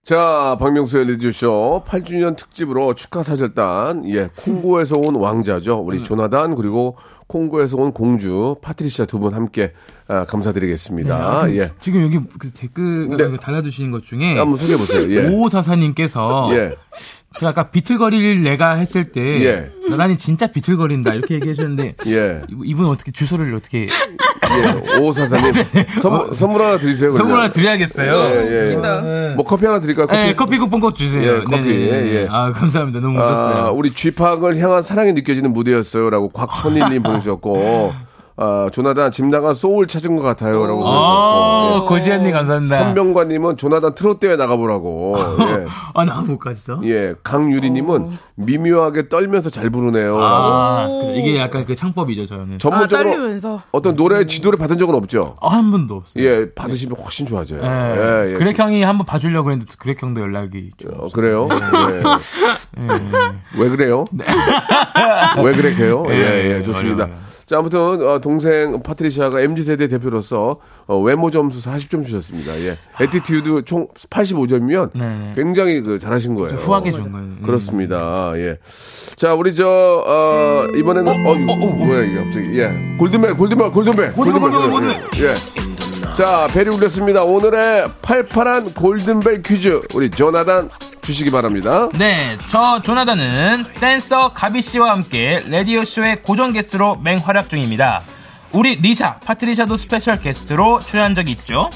[SPEAKER 1] 자, 박명수의 리디쇼 8주년 특집으로 축하 사절단, 예, 콩고에서 온 왕자죠.
[SPEAKER 3] 음.
[SPEAKER 1] 우리 조나단, 그리고 콩고에서 온 공주, 파트리샤 두 분 함께 아,
[SPEAKER 3] 네,
[SPEAKER 1] 감사드리겠습니다. 예.
[SPEAKER 5] 지금 여기 그 댓글
[SPEAKER 1] 네.
[SPEAKER 5] 달아주시는 것 중에
[SPEAKER 1] 한번 소개해보세요. 예.
[SPEAKER 5] 오사사님께서
[SPEAKER 1] 예.
[SPEAKER 5] 제가 아까 비틀거리를 내가 했을 때
[SPEAKER 1] 예.
[SPEAKER 5] 나란히 진짜 비틀거린다 이렇게 얘기하셨는데
[SPEAKER 1] 예.
[SPEAKER 5] 이- 이분 어떻게 주소를 어떻게
[SPEAKER 1] 예. 오사사님. 선물, 선물 하나 드리세요. 그냥.
[SPEAKER 5] 네. 어. 선물 하나 드려야겠어요.
[SPEAKER 1] 예, 예.
[SPEAKER 6] 네.
[SPEAKER 1] 뭐 커피 하나 드릴까요? 커피.
[SPEAKER 5] 네, 커피 쿠폰 꼭 주세요.
[SPEAKER 1] 예, 커피.
[SPEAKER 5] 네네네.
[SPEAKER 1] 예, 예.
[SPEAKER 5] 아 감사합니다. 너무
[SPEAKER 1] 아,
[SPEAKER 5] 웃었어요.
[SPEAKER 1] 우리 쥐팍을 향한 사랑이 느껴지는 무대였어요라고 곽선일님 보내주셨고, 아, 조나단 짐 나간 소울 찾은 것 같아요라고 보내주셨고, 예.
[SPEAKER 5] 어, 고지한님 감사합니다.
[SPEAKER 1] 선병관님은 조나단 트롯 대회 나가보라고. 예.
[SPEAKER 5] 아나 못 갔어.
[SPEAKER 1] 예.
[SPEAKER 6] 어.
[SPEAKER 1] 강유리님은 미묘하게 떨면서 잘 부르네요. 라고.
[SPEAKER 5] 아, 그죠. 이게 약간 그 창법이죠, 저는.
[SPEAKER 1] 전문적으로
[SPEAKER 6] 아, 떨리면서.
[SPEAKER 1] 어떤 노래 지도를 받은 적은 없죠.
[SPEAKER 5] 아, 한 번도 없어요.
[SPEAKER 1] 예, 받으시면 훨씬 좋아져요.
[SPEAKER 5] 예.
[SPEAKER 1] 예, 예.
[SPEAKER 5] 그렉 형이 한번 봐주려고 했는데 그렉 형도 연락이 좀
[SPEAKER 1] 어, 그래요? 예. 왜 그래요? 왜 그래요?
[SPEAKER 5] 네.
[SPEAKER 1] 예, 예, 좋습니다.
[SPEAKER 5] 어려워요.
[SPEAKER 1] 자, 아무튼, 어, 동생 파트리샤가 MZ세대 대표로서 어, 외모 점수 40점 주셨습니다. 예. 에티튜드 총 85점이면
[SPEAKER 5] 아. 네.
[SPEAKER 1] 굉장히 그, 잘하신 거예요.
[SPEAKER 5] 후하게 좋은 거예요. 음.
[SPEAKER 1] 그렇습니다. 예. 자, 우리 저, 어, 이번에는, 어, 어, 어, 뭐야, 이게 갑자기. 예. 골든벨, 골든벨, 골든벨. 골든벨, 골든벨. 예. 자, 배를 울렸습니다. 오늘의 팔팔한 골든벨 퀴즈. 우리 조나단 주시기 바랍니다.
[SPEAKER 5] 네, 저 조나단은 댄서 가비 씨와 함께 라디오 쇼의 고정 게스트로 맹활약 중입니다. 우리 리샤 파트리샤도 스페셜 게스트로 출연한 적이 있죠.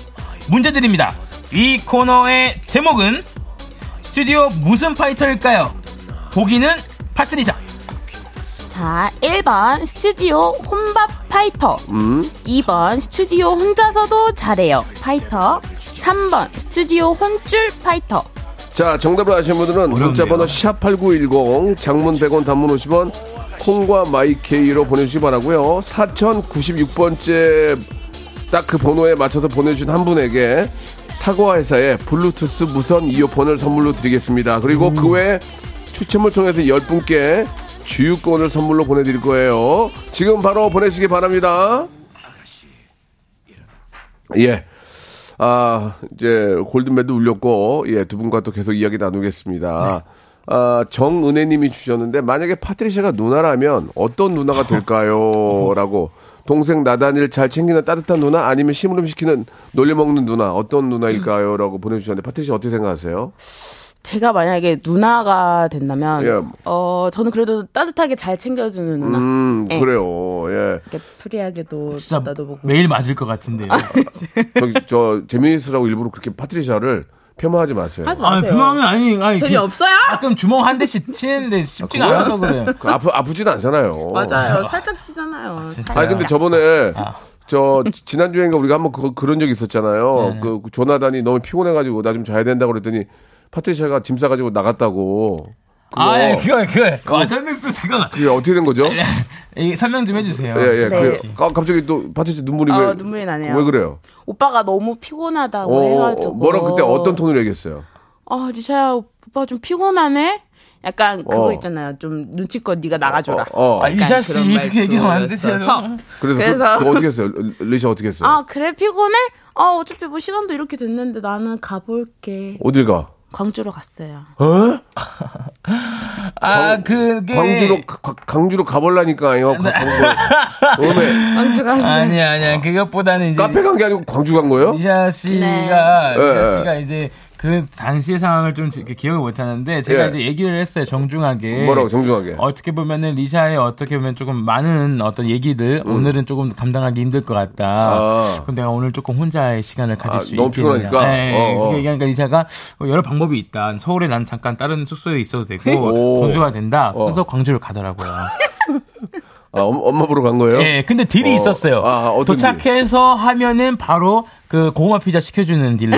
[SPEAKER 5] 문제 드립니다. 이 코너의 제목은 스튜디오 무슨 파이터일까요? 보기는 파트리샤.
[SPEAKER 6] 자, 1번 스튜디오 혼밥 파이터. 2번 스튜디오 혼자서도 잘해요. 파이터. 3번 스튜디오 혼줄 파이터.
[SPEAKER 1] 자, 정답을 아시는 분들은 문자번호 샵8910, 장문 100원, 단문 50원, 콩과 마이케이로 보내주시기 바라고요 4096번째 딱 그 번호에 맞춰서 보내주신 한 분에게 사과회사의 블루투스 무선 이어폰을 선물로 드리겠습니다. 그리고 그 외에 추첨을 통해서 10분께 주유권을 선물로 보내드릴 거예요. 지금 바로 보내시기 바랍니다. 예. 아, 이제 골든벨도 울렸고, 예, 두 분과 또 계속 이야기 나누겠습니다. 아, 정은혜 님이 주셨는데, 만약에 파트리샤가 누나라면 어떤 누나가 될까요? 라고. 동생 나단이를 잘 챙기는 따뜻한 누나 아니면 시무름 시키는 놀려먹는 누나 어떤 누나일까요? 라고 보내주셨는데 파트리샤 어떻게 생각하세요?
[SPEAKER 6] 제가 만약에 누나가 된다면
[SPEAKER 1] 예.
[SPEAKER 6] 어 저는 그래도 따뜻하게 잘 챙겨주는 누나.
[SPEAKER 1] 음,
[SPEAKER 6] 예.
[SPEAKER 1] 그래요. 예.
[SPEAKER 6] 이렇게 프리하게도
[SPEAKER 5] 아, 진짜
[SPEAKER 6] 나도 보고. 아,
[SPEAKER 5] 매일 맞을 것 같은데요. 아,
[SPEAKER 1] 저기, 저, 재미있으라고 일부러 그렇게 파트리샤를 폄하하지 마세요.
[SPEAKER 6] 하지
[SPEAKER 5] 아,
[SPEAKER 6] 마세요.
[SPEAKER 5] 그만은 아니, 아니.
[SPEAKER 6] 재미 없어요?
[SPEAKER 5] 가끔 주먹 한 대씩 치는데 쉽지가
[SPEAKER 1] 그거야?
[SPEAKER 5] 않아서 그래요.
[SPEAKER 1] 그 아프, 아프진 않잖아요.
[SPEAKER 6] 맞아요. 살짝 치잖아요.
[SPEAKER 5] 진짜.
[SPEAKER 1] 아니, 근데 저번에, 저, 지난주에인가 우리가 한번 그, 그런 적이 있었잖아요.
[SPEAKER 5] 네.
[SPEAKER 1] 그, 조나단이 너무 피곤해가지고 나 좀 자야 된다고 그랬더니 파트리샤가 짐 싸가지고 나갔다고. 그거,
[SPEAKER 5] 아, 예, 그거, 네. 그거. 와전뉴스 잠깐만.
[SPEAKER 1] 그게 어떻게 된 거죠?
[SPEAKER 5] 이 설명 좀 해주세요.
[SPEAKER 1] 예, 예.
[SPEAKER 6] 네.
[SPEAKER 1] 그게- 아, 갑자기 또 파트리샤 눈물이 왜,
[SPEAKER 6] 어, 눈물이 나네요.
[SPEAKER 1] 왜 그래요?
[SPEAKER 6] 오빠가 너무 피곤하다고
[SPEAKER 1] 어,
[SPEAKER 6] 해가지고.
[SPEAKER 1] 뭐라 그때 어떤 톤으로 얘기했어요?
[SPEAKER 6] 아 리샤야 오빠 좀 피곤하네. 약간 그거
[SPEAKER 1] 어.
[SPEAKER 6] 있잖아요. 좀 눈치껏 네가 나가줘라.
[SPEAKER 1] 어, 어.
[SPEAKER 5] 아, 이샤 씨,
[SPEAKER 6] 그런
[SPEAKER 5] 그렇게 얘기하면 안 되죠.
[SPEAKER 6] 말투였어서.
[SPEAKER 1] 그래서,
[SPEAKER 6] 그래서-
[SPEAKER 1] 그, 거 어떻게 했어요? 리샤 어떻게 했어요?
[SPEAKER 6] 아 그래 피곤해? 아 어차피 뭐 시간도 이렇게 됐는데 나는 가볼게.
[SPEAKER 1] 어딜 가?
[SPEAKER 6] 광주로 갔어요.
[SPEAKER 5] 아, 그게.
[SPEAKER 6] 네.
[SPEAKER 1] 광주로 가- 가- 강주로 가볼라니까 아니요. 가-
[SPEAKER 5] 네.
[SPEAKER 1] 가본 거예요. 처음에
[SPEAKER 6] 광주 갔어요.
[SPEAKER 5] 아니야, 아니야. 그것보다는 이제.
[SPEAKER 1] 카페 간 게 아니고 광주 간 거예요?
[SPEAKER 5] 이샤 씨가
[SPEAKER 6] 네.
[SPEAKER 5] 이샤
[SPEAKER 1] 예,
[SPEAKER 5] 씨가 이제 그 당시의 상황을 좀 지- 기억을 못하는데 제가
[SPEAKER 1] 예.
[SPEAKER 5] 이제 얘기를 했어요 정중하게
[SPEAKER 1] 뭐라고 정중하게?
[SPEAKER 5] 어떻게 보면은 리샤의 어떻게 보면 조금 많은 어떤 얘기들 오늘은 조금 감당하기 힘들 것
[SPEAKER 1] 음.
[SPEAKER 5] 같다.
[SPEAKER 1] 아.
[SPEAKER 5] 그럼 내가 오늘 조금 혼자의 시간을 가질
[SPEAKER 1] 아,
[SPEAKER 5] 수
[SPEAKER 1] 너무
[SPEAKER 5] 있겠느냐.
[SPEAKER 1] 피곤하니까?
[SPEAKER 5] 네,
[SPEAKER 1] 어, 어.
[SPEAKER 5] 그렇게 얘기하니까 리샤가 어, 여러 방법이 있다. 서울에 난 잠깐 다른 숙소에 있어도 되고
[SPEAKER 1] 오. 어.
[SPEAKER 5] 광주가 된다. 그래서 광주를 가더라고요.
[SPEAKER 1] 아, 엄- 엄마 보러 간 거예요?
[SPEAKER 5] 예, 근데 딜이
[SPEAKER 1] 어.
[SPEAKER 5] 있었어요.
[SPEAKER 1] 아, 어떤
[SPEAKER 5] 도착해서 하면은 바로 그 고구마 피자 시켜주는 딜로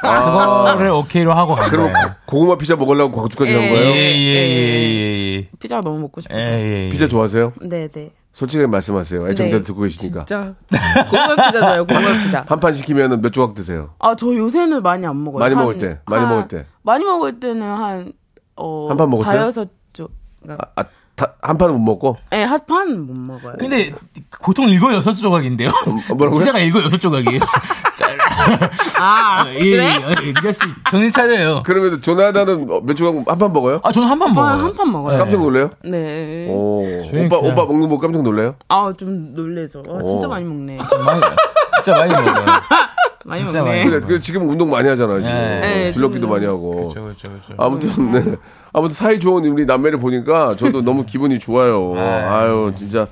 [SPEAKER 5] 그거를 오케이로 하고 간
[SPEAKER 1] 아. 그럼
[SPEAKER 5] 거예요.
[SPEAKER 1] 고구마 피자 먹으려고 광주까지 간 거예요?
[SPEAKER 5] 예, 예, 예, 예,
[SPEAKER 6] 피자 너무 먹고 싶어.
[SPEAKER 5] 예. 예, 예.
[SPEAKER 1] 피자 좋아하세요?
[SPEAKER 6] 네네.
[SPEAKER 1] 솔직히 말씀하세요. 애청자들
[SPEAKER 6] 네.
[SPEAKER 1] 듣고 계시니까.
[SPEAKER 6] 진짜 고물 피자잖아요. 고물 피자.
[SPEAKER 1] 한 판 시키면 몇 조각 드세요?
[SPEAKER 6] 아 저 요새는 많이 안 먹어요.
[SPEAKER 1] 많이 먹을 때, 많이 먹을 때.
[SPEAKER 6] 많이 먹을 때는 한어한
[SPEAKER 1] 한판 먹었어요?
[SPEAKER 6] 다여섯 쪽.
[SPEAKER 1] 아, 다- 한 판은 못 먹고?
[SPEAKER 6] 예, 한판 못 먹어요.
[SPEAKER 5] 근데 보통 일곱 여섯 조각인데요.
[SPEAKER 1] 음, 어, 뭐라고요?
[SPEAKER 5] 기자가 일곱 여섯 조각이에요.
[SPEAKER 6] 아
[SPEAKER 5] 예, 기자 씨 정신 차려요.
[SPEAKER 1] 그러면 조나단은 어, 몇 조각 한 판 먹어요?
[SPEAKER 5] 아 저는 한 번 먹어요.
[SPEAKER 6] 한 판 먹어요.
[SPEAKER 1] 깜짝 놀래요?
[SPEAKER 6] 네.
[SPEAKER 1] 오,
[SPEAKER 5] 저희
[SPEAKER 1] 오빠,
[SPEAKER 5] 그냥-
[SPEAKER 1] 오빠 먹는 거 깜짝 놀래요? 어.
[SPEAKER 6] 아 좀 놀래죠. 아, 진짜
[SPEAKER 1] 오.
[SPEAKER 6] 많이 먹네.
[SPEAKER 5] 많이, 진짜 많이 먹어요.
[SPEAKER 6] 많이
[SPEAKER 5] 진짜
[SPEAKER 6] 먹네.
[SPEAKER 5] 많이
[SPEAKER 1] 근데 그 지금 운동 많이 하잖아요. 지금
[SPEAKER 5] 네.
[SPEAKER 6] 네, 음.
[SPEAKER 1] 줄넘기도
[SPEAKER 6] 지금.
[SPEAKER 1] 많이 하고.
[SPEAKER 5] 그렇죠, 그렇죠, 그렇죠.
[SPEAKER 1] 아무튼 네. 아무튼 사이 좋은 우리 남매를 보니까 저도 너무 기분이 좋아요.
[SPEAKER 5] 네.
[SPEAKER 1] 아유 진짜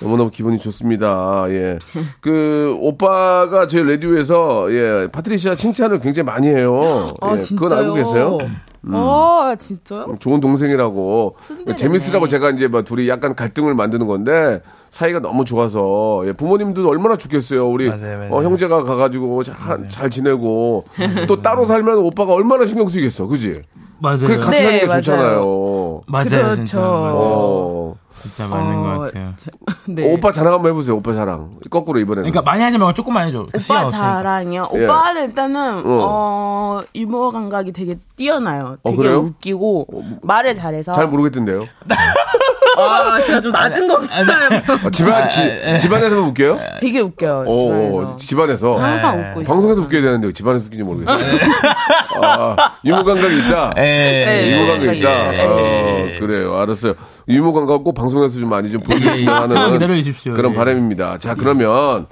[SPEAKER 1] 너무 너무 기분이 좋습니다. 예, 그 오빠가 제 라디오에서 예 파트리시아 칭찬을 굉장히 많이 해요.
[SPEAKER 6] 아,
[SPEAKER 1] 예,
[SPEAKER 6] 진짜요?
[SPEAKER 1] 그건 알고 계세요? 음.
[SPEAKER 6] 아, 진짜요?
[SPEAKER 1] 좋은 동생이라고
[SPEAKER 6] 순대네.
[SPEAKER 1] 재밌으라고 제가 이제 막 둘이 약간 갈등을 만드는 건데 사이가 너무 좋아서 예, 부모님도 얼마나 좋겠어요 우리
[SPEAKER 5] 맞아요, 맞아요.
[SPEAKER 1] 어, 형제가 가가지고 자- 잘 지내고 또 따로 살면 오빠가 얼마나 신경 쓰이겠어 그지
[SPEAKER 5] 맞아요.
[SPEAKER 1] 그래 같이
[SPEAKER 6] 네,
[SPEAKER 1] 사는 게
[SPEAKER 6] 맞아요.
[SPEAKER 1] 좋잖아요
[SPEAKER 5] 맞아요, 진짜.
[SPEAKER 6] 그렇죠.
[SPEAKER 5] 맞아요.
[SPEAKER 1] 어.
[SPEAKER 5] 진짜 맞는
[SPEAKER 6] 어,
[SPEAKER 5] 것 같아요.
[SPEAKER 6] 네.
[SPEAKER 1] 어, 오빠 자랑 한번 해보세요 오빠 자랑 거꾸로 이번에는
[SPEAKER 5] 그러니까 많이 하지 말고 조금만 해줘. 시간
[SPEAKER 6] 오빠
[SPEAKER 5] 없으니까.
[SPEAKER 6] 자랑이요.
[SPEAKER 1] 예.
[SPEAKER 6] 오빠는 일단은
[SPEAKER 1] 어.
[SPEAKER 6] 어, 유머 감각이 되게 뛰어나요.
[SPEAKER 1] 어,
[SPEAKER 6] 되게
[SPEAKER 1] 그래요? 어, 뭐,
[SPEAKER 6] 웃기고 말을 잘해서.
[SPEAKER 1] 잘 모르겠던데요
[SPEAKER 6] 아, 제가 좀 낮은 거 같아요.
[SPEAKER 1] 아, 집안 지, 집안에서 웃겨요?
[SPEAKER 5] 아,
[SPEAKER 6] 되게 웃겨요.
[SPEAKER 1] 오, 오,
[SPEAKER 6] 집안에서. 아,
[SPEAKER 1] 집안에서
[SPEAKER 6] 항상 웃고 있어요.
[SPEAKER 1] 방송에서 웃겨야 되는데 집안에서 웃긴지 모르겠어요
[SPEAKER 5] 네.
[SPEAKER 1] 아, 유머 감각이 있다
[SPEAKER 5] 예,
[SPEAKER 6] 네,
[SPEAKER 1] 유머 감각
[SPEAKER 6] 예,
[SPEAKER 1] 있다.
[SPEAKER 5] 예,
[SPEAKER 1] 어,
[SPEAKER 5] 예.
[SPEAKER 1] 그래요. 알았어요. 유머 감각 꼭 방송에서 좀 많이 좀
[SPEAKER 5] 예,
[SPEAKER 1] 보여주시면
[SPEAKER 5] 좀
[SPEAKER 1] 하는
[SPEAKER 5] 기다려 주십시오.
[SPEAKER 1] 그런
[SPEAKER 5] 예.
[SPEAKER 1] 바람입니다. 자, 그러면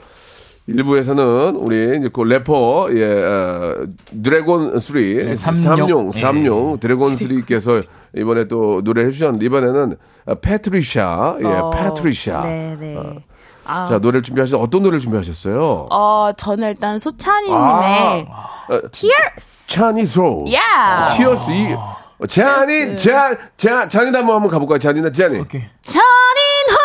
[SPEAKER 1] 일부에서는 우리 이제 그 래퍼 예 어, 드래곤 3
[SPEAKER 5] 네, 삼룡.
[SPEAKER 1] 삼룡
[SPEAKER 5] 예.
[SPEAKER 1] 삼룡 드래곤 3께서 이번에 또 노래 해주셨는데 이번에는 어, 패트리샤 예 어.
[SPEAKER 6] 어,
[SPEAKER 1] 패트리샤
[SPEAKER 6] 네, 네. 아,
[SPEAKER 1] 자 노래를 준비하셔서 어떤 노래를 준비하셨어요?
[SPEAKER 6] 어, 저는 일단 소찬이님의 어, 네. Tears. 예.
[SPEAKER 1] 찬이 소
[SPEAKER 6] 야!
[SPEAKER 1] 아.
[SPEAKER 5] 아.
[SPEAKER 1] 티어스 이 잔이 잔잔 잔이다 한번 한번 가볼까요? 잔이나 잔이
[SPEAKER 5] 오케이. 어,
[SPEAKER 6] 찬인화!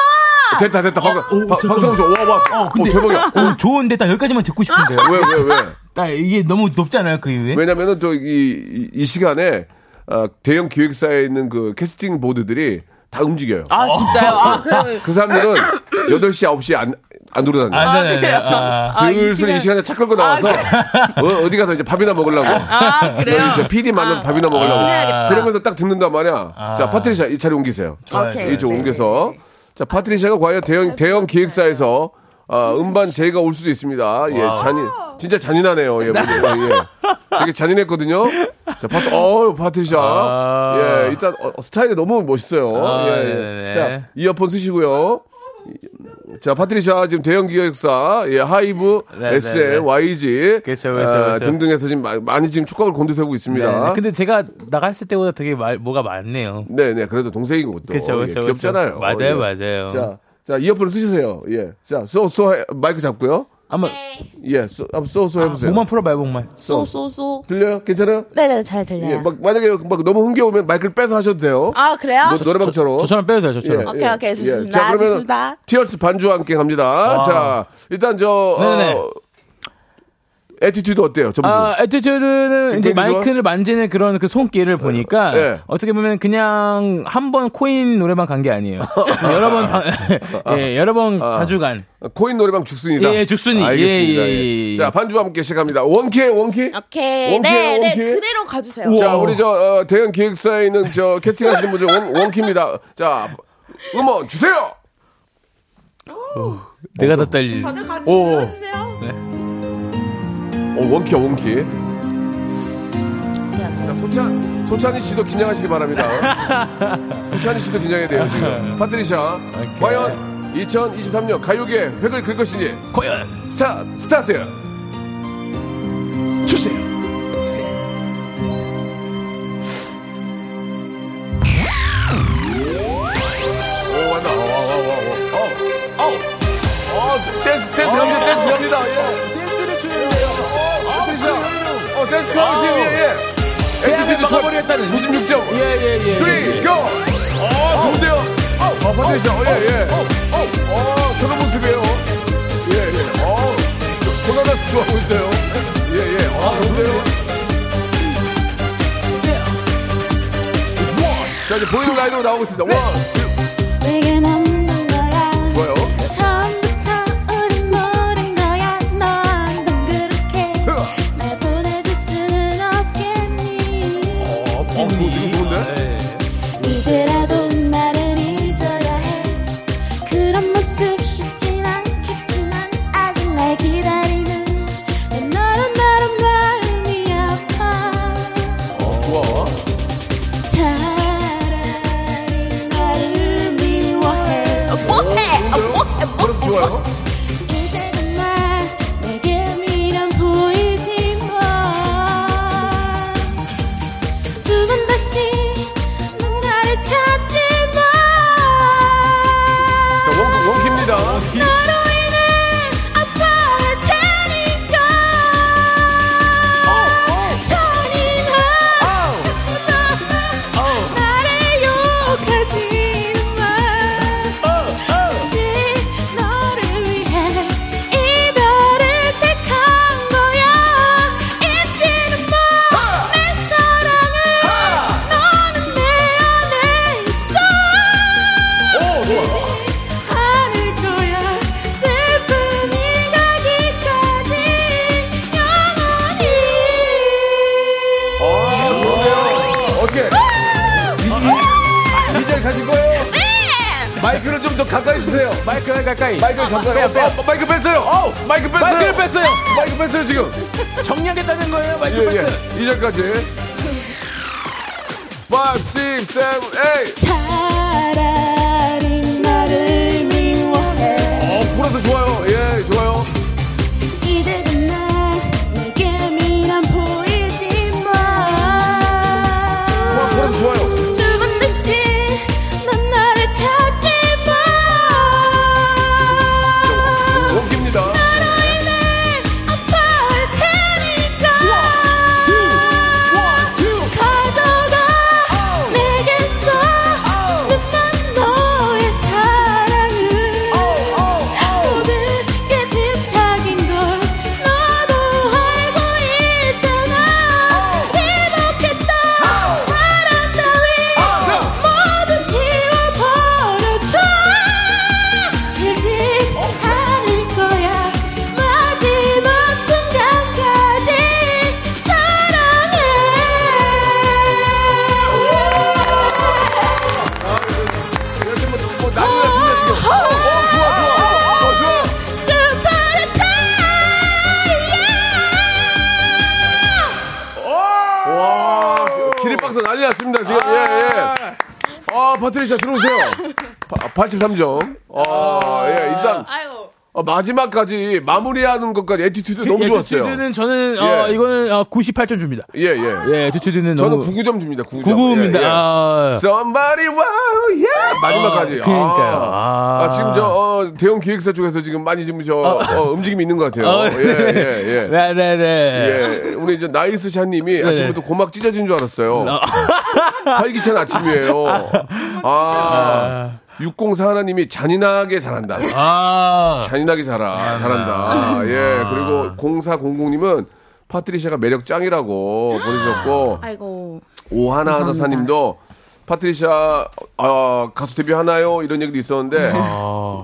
[SPEAKER 1] 됐다 됐다 방송 바- 방송 좀 와와 어,
[SPEAKER 5] 근데-
[SPEAKER 1] 대박이야
[SPEAKER 5] 어, 좋은데 딱 여기까지만 듣고 싶은데요.
[SPEAKER 1] 왜 왜 왜
[SPEAKER 5] 딱 이게 너무 높잖아요, 그 이후에.
[SPEAKER 1] 왜냐면은 또 이 이 시간에 아, 대형 기획사에 있는 그 캐스팅 보드들이 다 움직여요
[SPEAKER 6] 아,
[SPEAKER 8] 어.
[SPEAKER 6] 진짜요? 아, 그러면.
[SPEAKER 1] 그 사람들은 8시 9시 안, 안 돌아다녀요
[SPEAKER 5] 아, 네, 네, 네.
[SPEAKER 6] 그래요?
[SPEAKER 5] 아,
[SPEAKER 6] 아, 이
[SPEAKER 1] 슬슬 이,
[SPEAKER 6] 시간-
[SPEAKER 1] 시간에 차 끌고 나와서
[SPEAKER 5] 그-
[SPEAKER 1] 어, 디 가서 이제 밥이나 먹으려고
[SPEAKER 6] 아, 그래요? 아.
[SPEAKER 1] 여기 네, 이제 PD 만나서 밥이나 먹으려고
[SPEAKER 6] 조심해야겠다.
[SPEAKER 1] 그러면서 딱 듣는단 말이야
[SPEAKER 7] 아.
[SPEAKER 1] 자 파트리샤 이 자리 옮기세요
[SPEAKER 6] 오케이.
[SPEAKER 1] 이쪽
[SPEAKER 6] 네. 아,
[SPEAKER 1] 옮겨서 자 파트리샤가 과연 대형 대형 기획사에서 아, 음반 제의가 올 수도 있습니다. 예, 잔인 진짜 잔인하네요. 예, 보니까, 예. 되게 잔인했거든요. 자, 파트 어 파트리샤
[SPEAKER 5] 아.
[SPEAKER 1] 예,
[SPEAKER 7] 네,
[SPEAKER 1] 일단 어, 스타일이 너무 멋있어요.
[SPEAKER 5] 아,
[SPEAKER 1] 예, 예.
[SPEAKER 5] 네네네.
[SPEAKER 1] 자 이어폰 쓰시고요. 자, 파트리샤 지금 대형 기획사, 예, 하이브,
[SPEAKER 7] 네, 네,
[SPEAKER 1] SM,
[SPEAKER 7] 네.
[SPEAKER 1] YG
[SPEAKER 7] 그쵸, 그쵸,
[SPEAKER 1] 아,
[SPEAKER 7] 그쵸.
[SPEAKER 1] 등등해서 지금 마- 많이 지금 촉각을 곤두세우고 있습니다.
[SPEAKER 7] 네, 근데 제가 나갔을 때보다 되게 말, 뭐가 많네요.
[SPEAKER 1] 네, 네, 그래도 동생이고 또
[SPEAKER 7] 그쵸,
[SPEAKER 1] 예,
[SPEAKER 7] 그쵸, 그쵸.
[SPEAKER 1] 귀엽잖아요.
[SPEAKER 7] 맞아요,
[SPEAKER 1] 예.
[SPEAKER 7] 맞아요.
[SPEAKER 1] 자, 자 이어폰을 쓰시세요. 예, 자, 쏘, 쏘, 해- 마이크 잡고요.
[SPEAKER 7] 한번
[SPEAKER 1] 예, 쏘, 한번 쏘, 쏘 해보세요.
[SPEAKER 7] 목만 풀어봐요, 목만.
[SPEAKER 1] 쏘,
[SPEAKER 8] 쏘쏘.
[SPEAKER 1] 들려요? 괜찮아요?
[SPEAKER 8] 네네 잘
[SPEAKER 1] 예,
[SPEAKER 8] 들려요.
[SPEAKER 1] 막 만약에 막 너무 흥겨우면 마이크를 빼서 하셔도 돼요.
[SPEAKER 8] 아 그래요?
[SPEAKER 1] 노, 래방처럼 예.
[SPEAKER 7] 저처럼 빼도 돼요, 저처럼.
[SPEAKER 8] 오케이, 오케이. 좋습니다.
[SPEAKER 1] 뭐, 자 그러면
[SPEAKER 8] 좋습니다.
[SPEAKER 1] 티얼스 반주와 함께 갑니다. 자 일단 저
[SPEAKER 7] 네네.
[SPEAKER 1] 어, 에티튜드 어때요? 점수.
[SPEAKER 7] 아, 에티튜드는 이제
[SPEAKER 1] 굉장히
[SPEAKER 7] 마이크를 만지는 그런 그 손길을 보니까
[SPEAKER 1] 예.
[SPEAKER 7] 어떻게 보면 그냥 한 번 코인 노래방 간 게 아니에요. 여러 번, 방- 예, 여러 번
[SPEAKER 1] 아.
[SPEAKER 7] 자주 간.
[SPEAKER 1] 코인 노래방 죽순이다.
[SPEAKER 7] 예, 죽순이.
[SPEAKER 1] 알겠습니다.
[SPEAKER 7] 예, 예, 예, 예.
[SPEAKER 1] 자 반주와 함께 시작합니다. 원키 원키.
[SPEAKER 8] 아, 오케이.
[SPEAKER 1] 원키예요,
[SPEAKER 8] 네, 네.
[SPEAKER 1] 원키.
[SPEAKER 8] 그대로 가주세요.
[SPEAKER 1] 자 우리 저 어, 대형 기획사에 있는 저 캐스팅하시는 분들 원, 원키입니다. 자 음원 주세요.
[SPEAKER 7] 내가 더 떨리.
[SPEAKER 8] 다들 같이 들어주세요.
[SPEAKER 1] 어, 원키야 원키. 자 소찬 소찬이 씨도 긴장하시기 바랍니다. 소찬이 씨도 긴장해야 돼요 지금. 파트리샤 과연 2023년 가요계 획을 긁을 것이니
[SPEAKER 7] 과연.
[SPEAKER 1] 스타 스타트 주세요. 오 왔다. 어, 와와와와어어 댄스 댄스 갑니다 댄스 갑니다. 예. 어. 댄스를 추는데요. 파트리샤 어 댄스 하시 예예. 에티튜드 좋아.
[SPEAKER 7] 막아버리겠다는.
[SPEAKER 1] 96점.
[SPEAKER 7] 예, 예, 예.
[SPEAKER 1] 쓰리 고! 어, 좋은데요? 어, 파트리샤, 어, 예, 예. 어, 어, 저런 모습이에요. 예, 예. 어, 조나가 좋아하고 있어요. 예, 예. 어, 좋은데요? 자, 이제 보이는 라인으로 나오고 있습니다. 원,
[SPEAKER 8] 내겐 없는 거야.
[SPEAKER 1] 좋아요.
[SPEAKER 8] 처음부터 우린 모른 거야. 너 항상 그렇게
[SPEAKER 1] 헤어.
[SPEAKER 8] 날 보내줄 수는 없겠니?
[SPEAKER 1] 어, 좋은, 지금 좋은데?
[SPEAKER 8] 이제라도 나를 잊어야 해. 그런 모습 쉽진 않겠지만 아직 날 기다리는 내 너란 너란 마음이 아파.
[SPEAKER 1] 어, 좋아.
[SPEAKER 8] 차라리 나를 미워해 못해 못해
[SPEAKER 1] 그럼 좋아요.
[SPEAKER 8] 이제는 나 내게 미련 보이지 마두 번 다시 누나를 찾지
[SPEAKER 1] 자,
[SPEAKER 8] 마
[SPEAKER 1] 원, 네. 원키입니다. 원키.
[SPEAKER 8] 너로 인해 아파할 테니까 잔인한 나를 욕하지 마 오직 너를 위해 이별을 택한 거야 잊지는 마 내 사랑을 너는 내 안에 있어 잊지 않을 거야 슬픔이 가기까지 영원히
[SPEAKER 1] 아, 좋은데요? 오케이. 이- 이- 이제 가실 거예요? 마이크를 좀 더 가까이 주세요.
[SPEAKER 7] 마이크 가까이.
[SPEAKER 1] 마이크 가까이. 어, 어, 마이크 뺐어요. 어, 마이크 뺐어요.
[SPEAKER 7] 마이크를 뺐어요.
[SPEAKER 1] 마이크 뺐어요 지금.
[SPEAKER 7] 정리하겠다는 거예요, 마이크
[SPEAKER 1] 예,
[SPEAKER 7] 뺐어요.
[SPEAKER 1] 예. 이전까지. 5, 6, 7, 8.
[SPEAKER 8] 차라리 나를 미워해
[SPEAKER 1] 어, 풀어서 좋아요. 예, 좋아요.
[SPEAKER 8] 이제는 난 내게 미련 보이지
[SPEAKER 1] 어,
[SPEAKER 8] 마
[SPEAKER 1] 풀어서 좋아요.
[SPEAKER 8] 두 번 다시 난 나를 찾지 마
[SPEAKER 1] 원기입니다.
[SPEAKER 8] 너로 인해 아파할 아, 테니까 가져가 내게서 난 너의 사랑을 모든 게 집착인 걸 너도 알고 있잖아 지독했던 사랑 따위 모두 지워버려줘 일지 않을 거야 마지막 순간까지 사랑해
[SPEAKER 1] 이렇게 뭐, 뭐 난리가 났습니다, 지금. 어, 어, 좋아, 좋아. 어, 어, 좋아. 와, 기립박수 난리 났습니다, 지금. 예, 예. 아, 파트리샤 들어오세요. 83점. 아, 예, 일단
[SPEAKER 6] 아이고.
[SPEAKER 1] 어, 마지막까지 마무리하는 것까지 에티튜드 너무 좋았어요.
[SPEAKER 5] 에티튜드는 예, 저는 어,
[SPEAKER 1] 예.
[SPEAKER 5] 이거는 어, 98점 줍니다.
[SPEAKER 1] 예, 예.
[SPEAKER 5] 예, 에티튜드는
[SPEAKER 1] 저는
[SPEAKER 5] 너무
[SPEAKER 1] 99점 줍니다. 99점. 예,
[SPEAKER 5] 99입니다. 아.
[SPEAKER 1] Somebody wow, yeah. 마지막까지. 아,
[SPEAKER 5] 그러니까요.
[SPEAKER 1] 아,
[SPEAKER 5] 아.
[SPEAKER 1] 지금 저 어, 대형 기획사 쪽에서 지금 많이 지금 저 어, 움직임이 있는 것 같아요.
[SPEAKER 5] 어,
[SPEAKER 1] 예, 예, 예.
[SPEAKER 5] 네, 네, 네.
[SPEAKER 1] 예, 우리 이제 나이스 샤님이 아침부터 고막 찢어진 줄 알았어요. 활기찬 아침이에요. 아, 604 하나님이 잔인하게 잘한다.
[SPEAKER 5] 아,
[SPEAKER 1] 잔인하게 잘하, 잘한다. 예, 그리고 0400님은 파트리샤가 매력 짱이라고 보내주셨고,
[SPEAKER 6] 아이고.
[SPEAKER 1] 오하나하나사님도 파트리샤 아, 가수 데뷔 하나요? 이런 얘기도 있었는데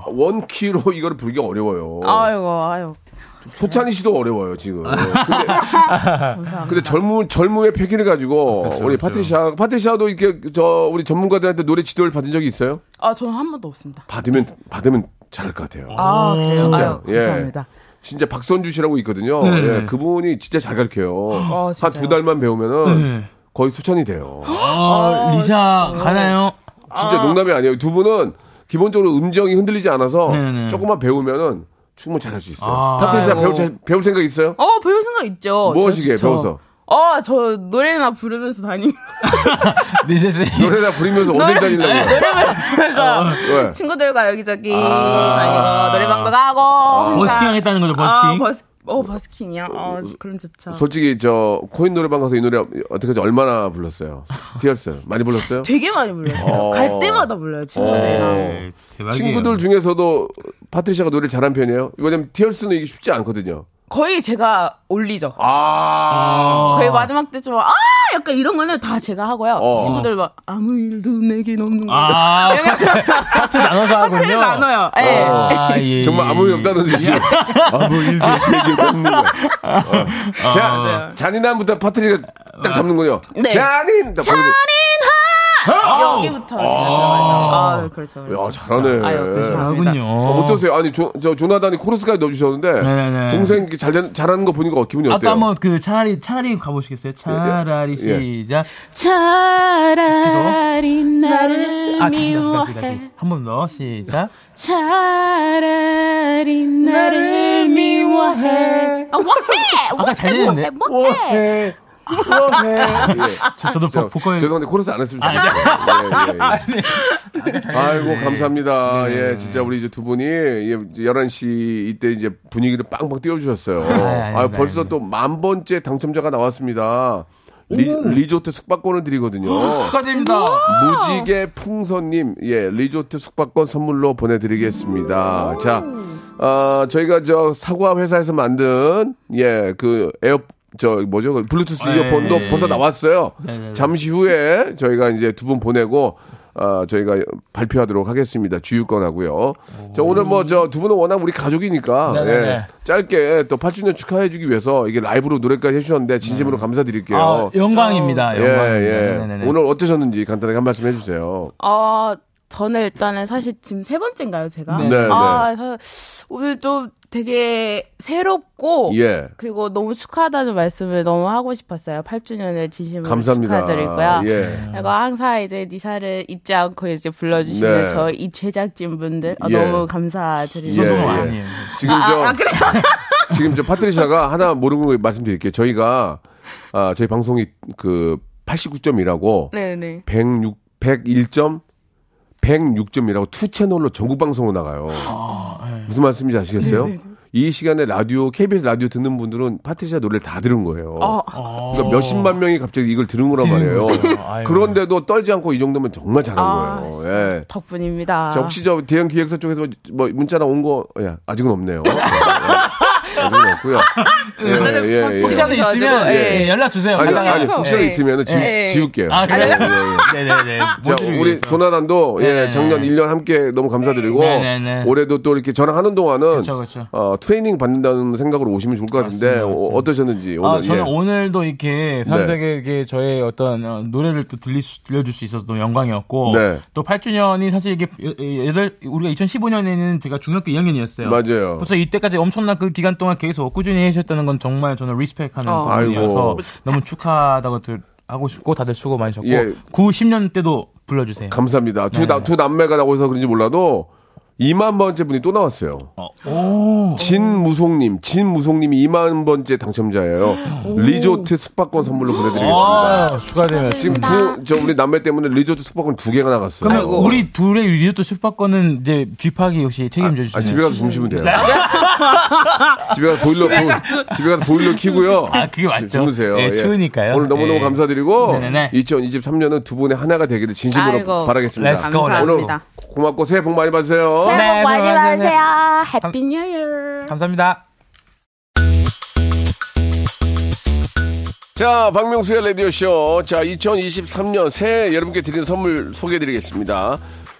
[SPEAKER 1] 원키로 이걸 불기 어려워요.
[SPEAKER 6] 아이고, 아이고.
[SPEAKER 1] 소찬이 씨도 어려워요 지금. 근데, 근데 젊은 젊음의 패기를 가지고 우리 파트리샤 파트리샤도 이렇게 저 우리 전문가들한테 노래 지도를 받은 적이 있어요?
[SPEAKER 6] 아, 저는 한 번도 없습니다.
[SPEAKER 1] 받으면 받으면 잘할 것 같아요.
[SPEAKER 6] 아, 그래요? 아유,
[SPEAKER 1] 예.
[SPEAKER 6] 감사합니다.
[SPEAKER 1] 진짜 박선주 씨라고 있거든요. 예, 그분이 진짜 잘 가르쳐요. 한
[SPEAKER 6] 네. 아, 진짜요? 네.
[SPEAKER 1] 두 달만 배우면은 거의 수천이 돼요.
[SPEAKER 5] 아, 리샤 가나요?
[SPEAKER 1] 진짜 농담이 아니에요. 두 분은 기본적으로 음정이 흔들리지 않아서 조금만 배우면은 충분히 잘할 수 있어요.
[SPEAKER 5] 아.
[SPEAKER 1] 파트리샤 배울,
[SPEAKER 6] 네, 아이고.
[SPEAKER 1] 자- 배울 생각 있어요?
[SPEAKER 6] 어, 배울 생각 있죠.
[SPEAKER 1] 무엇이게
[SPEAKER 6] 저-
[SPEAKER 1] 배워서?
[SPEAKER 6] 어, 저 노래나 부르면서 다니.
[SPEAKER 5] 리샤 씨.
[SPEAKER 1] 노래나 부르면서 어딜 다니려고. 아, 네.
[SPEAKER 6] 노래 부르면서
[SPEAKER 1] 왜?
[SPEAKER 6] 친구들과 여기저기 아~ 니 노래방도 가고. 혼자.
[SPEAKER 5] 버스킹 하겠다는 거죠,
[SPEAKER 6] 아,
[SPEAKER 5] 버스킹?
[SPEAKER 6] 버스, 어, 버스킹이야. 어, 그럼 좋죠.
[SPEAKER 1] 솔직히 저 코인 노래방 가서 이 노래 어떻게 하지 얼마나 불렀어요? 디얼스 많이 불렀어요? 어.
[SPEAKER 6] 되게 많이 불러요. 갈 때마다 불러요, 친구들이랑.
[SPEAKER 5] 에이, 네, 대박이에요.
[SPEAKER 1] 친구들 중에서도 파트리샤가 노래를 잘한 편이에요? 왜냐면 디얼스는 이게 쉽지 않거든요.
[SPEAKER 6] 거의 제가 올리죠.
[SPEAKER 1] 아.
[SPEAKER 6] 거의 마지막 때쯤 아 약간 이런 거는 다 제가 하고요.
[SPEAKER 1] 어.
[SPEAKER 6] 친구들 막 아무 일도 내겐 없는 거.
[SPEAKER 5] 아, 파트 나눠서 하군요.
[SPEAKER 6] 파트를 나눠요. 예.
[SPEAKER 5] 아, 예.
[SPEAKER 1] 정말 아무 일 없다는 듯이 음. 아무 뭐 일도 얘기 없는 거야. 어. 자, 자, 잔인함부터 파트리가 딱 잡는 거요.
[SPEAKER 6] 네.
[SPEAKER 1] 잔인. 딱 거기서.
[SPEAKER 6] 여기부터 제가 들어가죠. 아 그렇죠. 그렇죠.
[SPEAKER 1] 야, 잘하네.
[SPEAKER 6] 아유, 그렇죠.
[SPEAKER 5] 그렇군요.
[SPEAKER 1] 어, 어떠세요? 아니, 조, 저 조나단이 코러스까지 넣어주셨는데
[SPEAKER 5] 네네.
[SPEAKER 1] 동생 이렇게 잘 된- 잘하는 거 보니까 기분이 어때요?
[SPEAKER 5] 아까 한번 그 차라리 차라리 가보시겠어요? 차라리
[SPEAKER 1] 예, 예.
[SPEAKER 5] 시작.
[SPEAKER 9] 차라리 나를
[SPEAKER 5] 아 다시 다시 다시
[SPEAKER 9] 미워해
[SPEAKER 5] 다시 한 번 더 시작.
[SPEAKER 9] 차라리 나를 미워해
[SPEAKER 6] 아, 뭐해?
[SPEAKER 5] 아까 잘
[SPEAKER 6] 뭐해?
[SPEAKER 5] 됐는데.
[SPEAKER 6] 뭐해?
[SPEAKER 5] 저, 저도
[SPEAKER 1] 저,
[SPEAKER 5] 아, 보- 보컬.
[SPEAKER 1] 아, 죄송한데 코러스 안 했으면
[SPEAKER 5] 아,
[SPEAKER 1] 좋겠어요. 예,
[SPEAKER 5] 네.
[SPEAKER 1] 예, 예. 아이고 감사합니다. 예, 진짜 우리 이제 두 분이 예, 11시 이때 이제 분위기를 빵빵 띄워주셨어요.
[SPEAKER 5] 아유, 네,
[SPEAKER 1] 아, 벌써
[SPEAKER 5] 아유.
[SPEAKER 1] 또 만 번째 당첨자가 나왔습니다. 리, 조트 숙박권을 드리거든요.
[SPEAKER 5] 축하드립니다.
[SPEAKER 1] 무지개 풍선님, 예, 리조트 숙박권 선물로 보내드리겠습니다. 자, 아, 저희가 저 사과 회사에서 만든, 예, 그 에어, 저 뭐죠? 그 블루투스
[SPEAKER 5] 아,
[SPEAKER 1] 이어폰도
[SPEAKER 5] 예, 예.
[SPEAKER 1] 벌써 나왔어요.
[SPEAKER 5] 네.
[SPEAKER 1] 잠시 후에 저희가 이제 두 분 보내고, 아, 저희가 발표하도록 하겠습니다. 주유권 하고요. 저 오늘 뭐 저 두 분은 워낙 우리 가족이니까,
[SPEAKER 5] 네, 네,
[SPEAKER 1] 예,
[SPEAKER 5] 네.
[SPEAKER 1] 짧게 또 8주년 축하해주기 위해서 이게 라이브로 노래까지 해주셨는데, 진심으로 감사드릴게요.
[SPEAKER 5] 아, 영광입니다.
[SPEAKER 1] 어, 예,
[SPEAKER 5] 영광입니다.
[SPEAKER 1] 예.
[SPEAKER 5] 네네네.
[SPEAKER 1] 오늘 어떠셨는지 간단하게 한 말씀 해주세요.
[SPEAKER 6] 어, 저는 일단은 사실 지금 세 번째인가요, 제가?
[SPEAKER 1] 네, 네.
[SPEAKER 6] 아, 그래서 오늘 좀 되게 새롭고
[SPEAKER 1] 예.
[SPEAKER 6] 그리고 너무 축하하다는 말씀을 너무 하고 싶었어요. 8주년을 진심으로
[SPEAKER 1] 감사합니다.
[SPEAKER 6] 축하드리고요. 네.
[SPEAKER 1] 예.
[SPEAKER 6] 그리고 항상 이제 니샤를 잊지 않고 이제 불러주시는
[SPEAKER 1] 네.
[SPEAKER 6] 저희 이 제작진 분들 어,
[SPEAKER 1] 예.
[SPEAKER 6] 너무
[SPEAKER 1] 예,
[SPEAKER 6] 감사드립니다.
[SPEAKER 5] 소송
[SPEAKER 1] 예.
[SPEAKER 5] 아니에요.
[SPEAKER 1] 지금 저 지금 저 파트리샤가 하나 모르는 걸 말씀드릴게요. 저희가 아, 저희 방송이 그 89점이라고
[SPEAKER 6] 네네.
[SPEAKER 1] 106 101점 106점이라고 투 채널로 전국 방송으로 나가요.
[SPEAKER 5] 아, 네.
[SPEAKER 1] 무슨 말씀인지 아시겠어요? 이 시간에 라디오 KBS 라디오 듣는 분들은 파트리샤 노래를 다 들은 거예요.
[SPEAKER 6] 어,
[SPEAKER 1] 그러니까 몇십만 명이 갑자기 이걸 들은 거란
[SPEAKER 5] 들은
[SPEAKER 1] 말이에요.
[SPEAKER 5] 거예요. 아이고.
[SPEAKER 1] 그런데도 떨지 않고 이 정도면 정말 잘한
[SPEAKER 6] 아,
[SPEAKER 1] 거예요.
[SPEAKER 6] 진짜
[SPEAKER 1] 예.
[SPEAKER 6] 덕분입니다.
[SPEAKER 1] 자, 혹시 저 대형 기획사 쪽에서 뭐 문자나 온 거, 예, 아직은 없네요. 예, 아직은 없고요. 예, 예, 예.
[SPEAKER 5] 혹시라도
[SPEAKER 6] 예.
[SPEAKER 5] 있으면
[SPEAKER 6] 예.
[SPEAKER 5] 예, 연락 주세요.
[SPEAKER 1] 아니,
[SPEAKER 5] 사랑해요.
[SPEAKER 1] 아니, 혹시라도
[SPEAKER 6] 예.
[SPEAKER 1] 있으면 지,
[SPEAKER 6] 예.
[SPEAKER 1] 지울게요.
[SPEAKER 5] 아, 그래요?
[SPEAKER 1] 예, 예, 예.
[SPEAKER 5] 네네네.
[SPEAKER 1] 자,
[SPEAKER 5] 모두를
[SPEAKER 1] 우리
[SPEAKER 5] 위해서.
[SPEAKER 1] 조나단도 예,
[SPEAKER 5] 네.
[SPEAKER 1] 작년 1년 함께 너무 감사드리고
[SPEAKER 5] 네, 네, 네.
[SPEAKER 1] 올해도 또 이렇게 저랑 하는 동안은
[SPEAKER 5] 그쵸, 그쵸.
[SPEAKER 1] 어, 트레이닝 받는다는 생각으로 오시면 좋을 것 같은데
[SPEAKER 5] 맞습니다, 맞습니다.
[SPEAKER 1] 어, 어떠셨는지 오늘
[SPEAKER 5] 아, 저는
[SPEAKER 1] 예. 네.
[SPEAKER 5] 오늘도 이렇게 사람들에게 저의 어떤 어, 노래를 또 들리, 들려줄 수 있어서 너무 영광이었고
[SPEAKER 1] 네.
[SPEAKER 5] 또 8주년이 사실 이게 여- 여- 여덟 우리가 2015년에는 제가 중학교 2학년이었어요.
[SPEAKER 1] 맞아요.
[SPEAKER 5] 그래서 이때까지 엄청난 그 기간 동안 계속 꾸준히 해주셨다는 건 정말 저는 리스펙하는
[SPEAKER 6] 어.
[SPEAKER 5] 부분이어서
[SPEAKER 1] 아이고.
[SPEAKER 5] 너무 축하하다고 들- 하고 싶고 다들 수고 많으셨고
[SPEAKER 1] 예.
[SPEAKER 5] 9, 10년 때도 불러주세요.
[SPEAKER 1] 감사합니다.
[SPEAKER 5] 네.
[SPEAKER 1] 두, 남, 두 남매가 나오셔서 그런지 몰라도 2만 번째 분이 또 나왔어요. 진무송님, 진무송님이 2만 번째 당첨자예요. 리조트 숙박권 선물로 보내드리겠습니다.
[SPEAKER 10] 아, 추가되면
[SPEAKER 1] 지금 두, 저 우리 남매 때문에 리조트 숙박권 두 개가 나갔어요.
[SPEAKER 5] 그러면 우리 둘의 유리도 숙박권은 이제 쥐팍이 역시 책임져
[SPEAKER 1] 아,
[SPEAKER 5] 주시는.
[SPEAKER 1] 집에 가서 주무시면 돼요.
[SPEAKER 5] 네.
[SPEAKER 1] 집에 가서 보일러, 보, 집에 가서 보일러 키고요.
[SPEAKER 5] 아, 그게 맞죠.
[SPEAKER 1] 주무세요.
[SPEAKER 5] 예, 추우니까요.
[SPEAKER 1] 오늘 너무너무
[SPEAKER 5] 예.
[SPEAKER 1] 감사드리고,
[SPEAKER 5] 네네네.
[SPEAKER 1] 2023년은 두 분의 하나가 되기를 진심으로
[SPEAKER 6] 아이고.
[SPEAKER 1] 바라겠습니다.
[SPEAKER 5] Let's go, let's go.
[SPEAKER 1] 오늘
[SPEAKER 6] 감사합니다.
[SPEAKER 1] 고맙고 새해 복 많이 받으세요.
[SPEAKER 5] 네,
[SPEAKER 8] 새해 복 많이
[SPEAKER 5] 네, 네, 네.
[SPEAKER 8] 받으세요. 해피 뉴 이어.
[SPEAKER 5] 감사합니다.
[SPEAKER 1] 자, 박명수의 라디오쇼. 자, 2023년 새해 여러분께 드리는 선물 소개해드리겠습니다.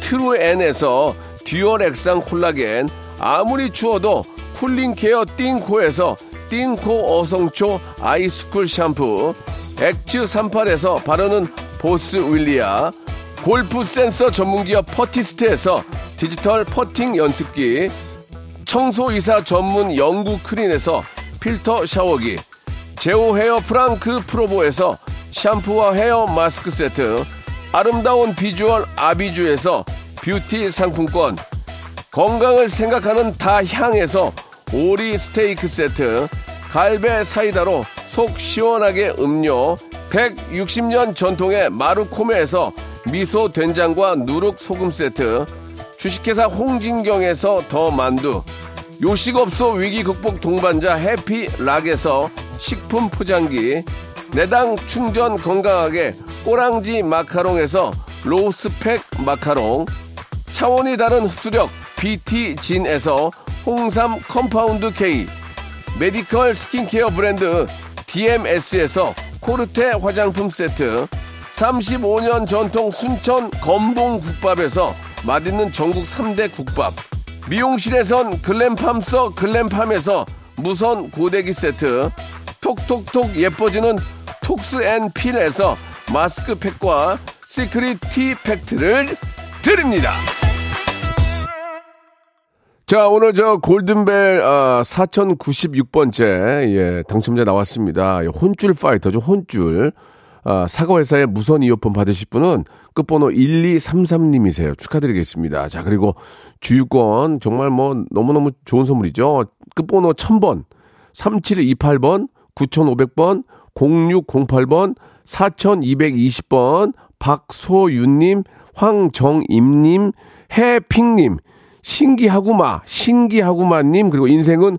[SPEAKER 1] 트루엔에서 듀얼 액상 콜라겐, 아무리 추워도 쿨링 케어 띵코에서 띵코 어성초 아이스쿨 샴푸, 액츠 38에서 바르는 보스 윌리아, 골프 센서 전문기업 퍼티스트에서 디지털 퍼팅 연습기, 청소이사 전문 영구 크린에서 필터 샤워기, 제오 헤어 프랑크 프로보에서 샴푸와 헤어 마스크 세트, 아름다운 비주얼 아비주에서 뷰티 상품권, 건강을 생각하는 다향에서 오리 스테이크 세트, 갈배 사이다로 속 시원하게 음료, 160년 전통의 마루코메에서 미소 된장과 누룩 소금 세트, 주식회사 홍진경에서 더 만두, 요식업소 위기 극복 동반자 해피락에서 식품 포장기, 내당 충전 건강하게 꼬랑지 마카롱에서 로스펙 마카롱, 차원이 다른 흡수력 BT진에서 홍삼 컴파운드 K 메디컬 스킨케어 브랜드 DMS에서 코르테 화장품 세트 35년 전통 순천 건봉국밥에서 맛있는 전국 3대 국밥 미용실에선 글램팜서 글램팜에서 무선 고데기 세트 톡톡톡 예뻐지는 톡스앤필에서 마스크팩과 시크릿 티팩트를 드립니다. 자, 오늘 저 골든벨 아, 4096번째 예, 당첨자 나왔습니다. 예, 혼줄 파이터죠. 혼줄. 아, 사과회사의 무선 이어폰 받으실 분은 끝번호 1233님이세요. 축하드리겠습니다. 자, 그리고 주유권 정말 뭐 너무너무 좋은 선물이죠. 끝번호 1000번, 3728번, 9500번, 0608번, 4220번, 박소윤님, 황정임님, 해핑님, 신기하구마, 신기하구마님, 그리고 인생은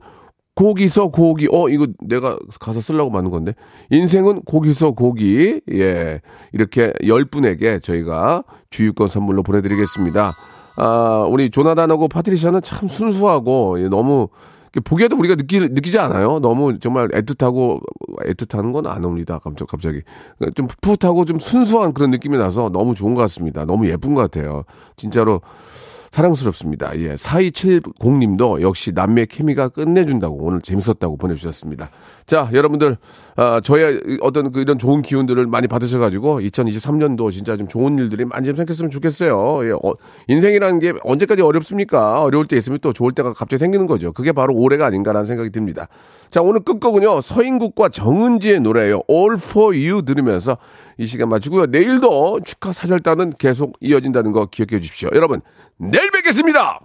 [SPEAKER 1] 고기서 고기. 어, 이거 내가 가서 쓰려고 만든 건데. 인생은 고기서 고기. 예. 이렇게 열 분에게 저희가 주유권 선물로 보내드리겠습니다. 아, 우리 조나단하고 파트리샤는 참 순수하고, 예, 너무, 이렇게 보기에도 우리가 느끼, 느끼지 않아요? 너무 정말 애틋하고, 애틋한 건 안 옵니다. 깜짝, 갑자기. 그러니까 좀 풋풋하고 좀 순수한 그런 느낌이 나서 너무 좋은 것 같습니다. 너무 예쁜 것 같아요. 진짜로 사랑스럽습니다. 예. 4270님도 역시 남매 케미가 끝내준다고 오늘 재밌었다고 보내주셨습니다. 자, 여러분들, 아, 저의 어떤 그 이런 좋은 기운들을 많이 받으셔가지고 2023년도 진짜 좀 좋은 일들이 많이 좀 생겼으면 좋겠어요. 예. 어, 인생이라는 게 언제까지 어렵습니까? 어려울 때 있으면 또 좋을 때가 갑자기 생기는 거죠. 그게 바로 올해가 아닌가라는 생각이 듭니다. 자, 오늘 끝곡은요. 서인국과 정은지의 노래예요. All for you 들으면서 이 시간 마치고요. 내일도 축하 사절단은 계속 이어진다는 거 기억해 주십시오. 여러분, 내일 뵙겠습니다.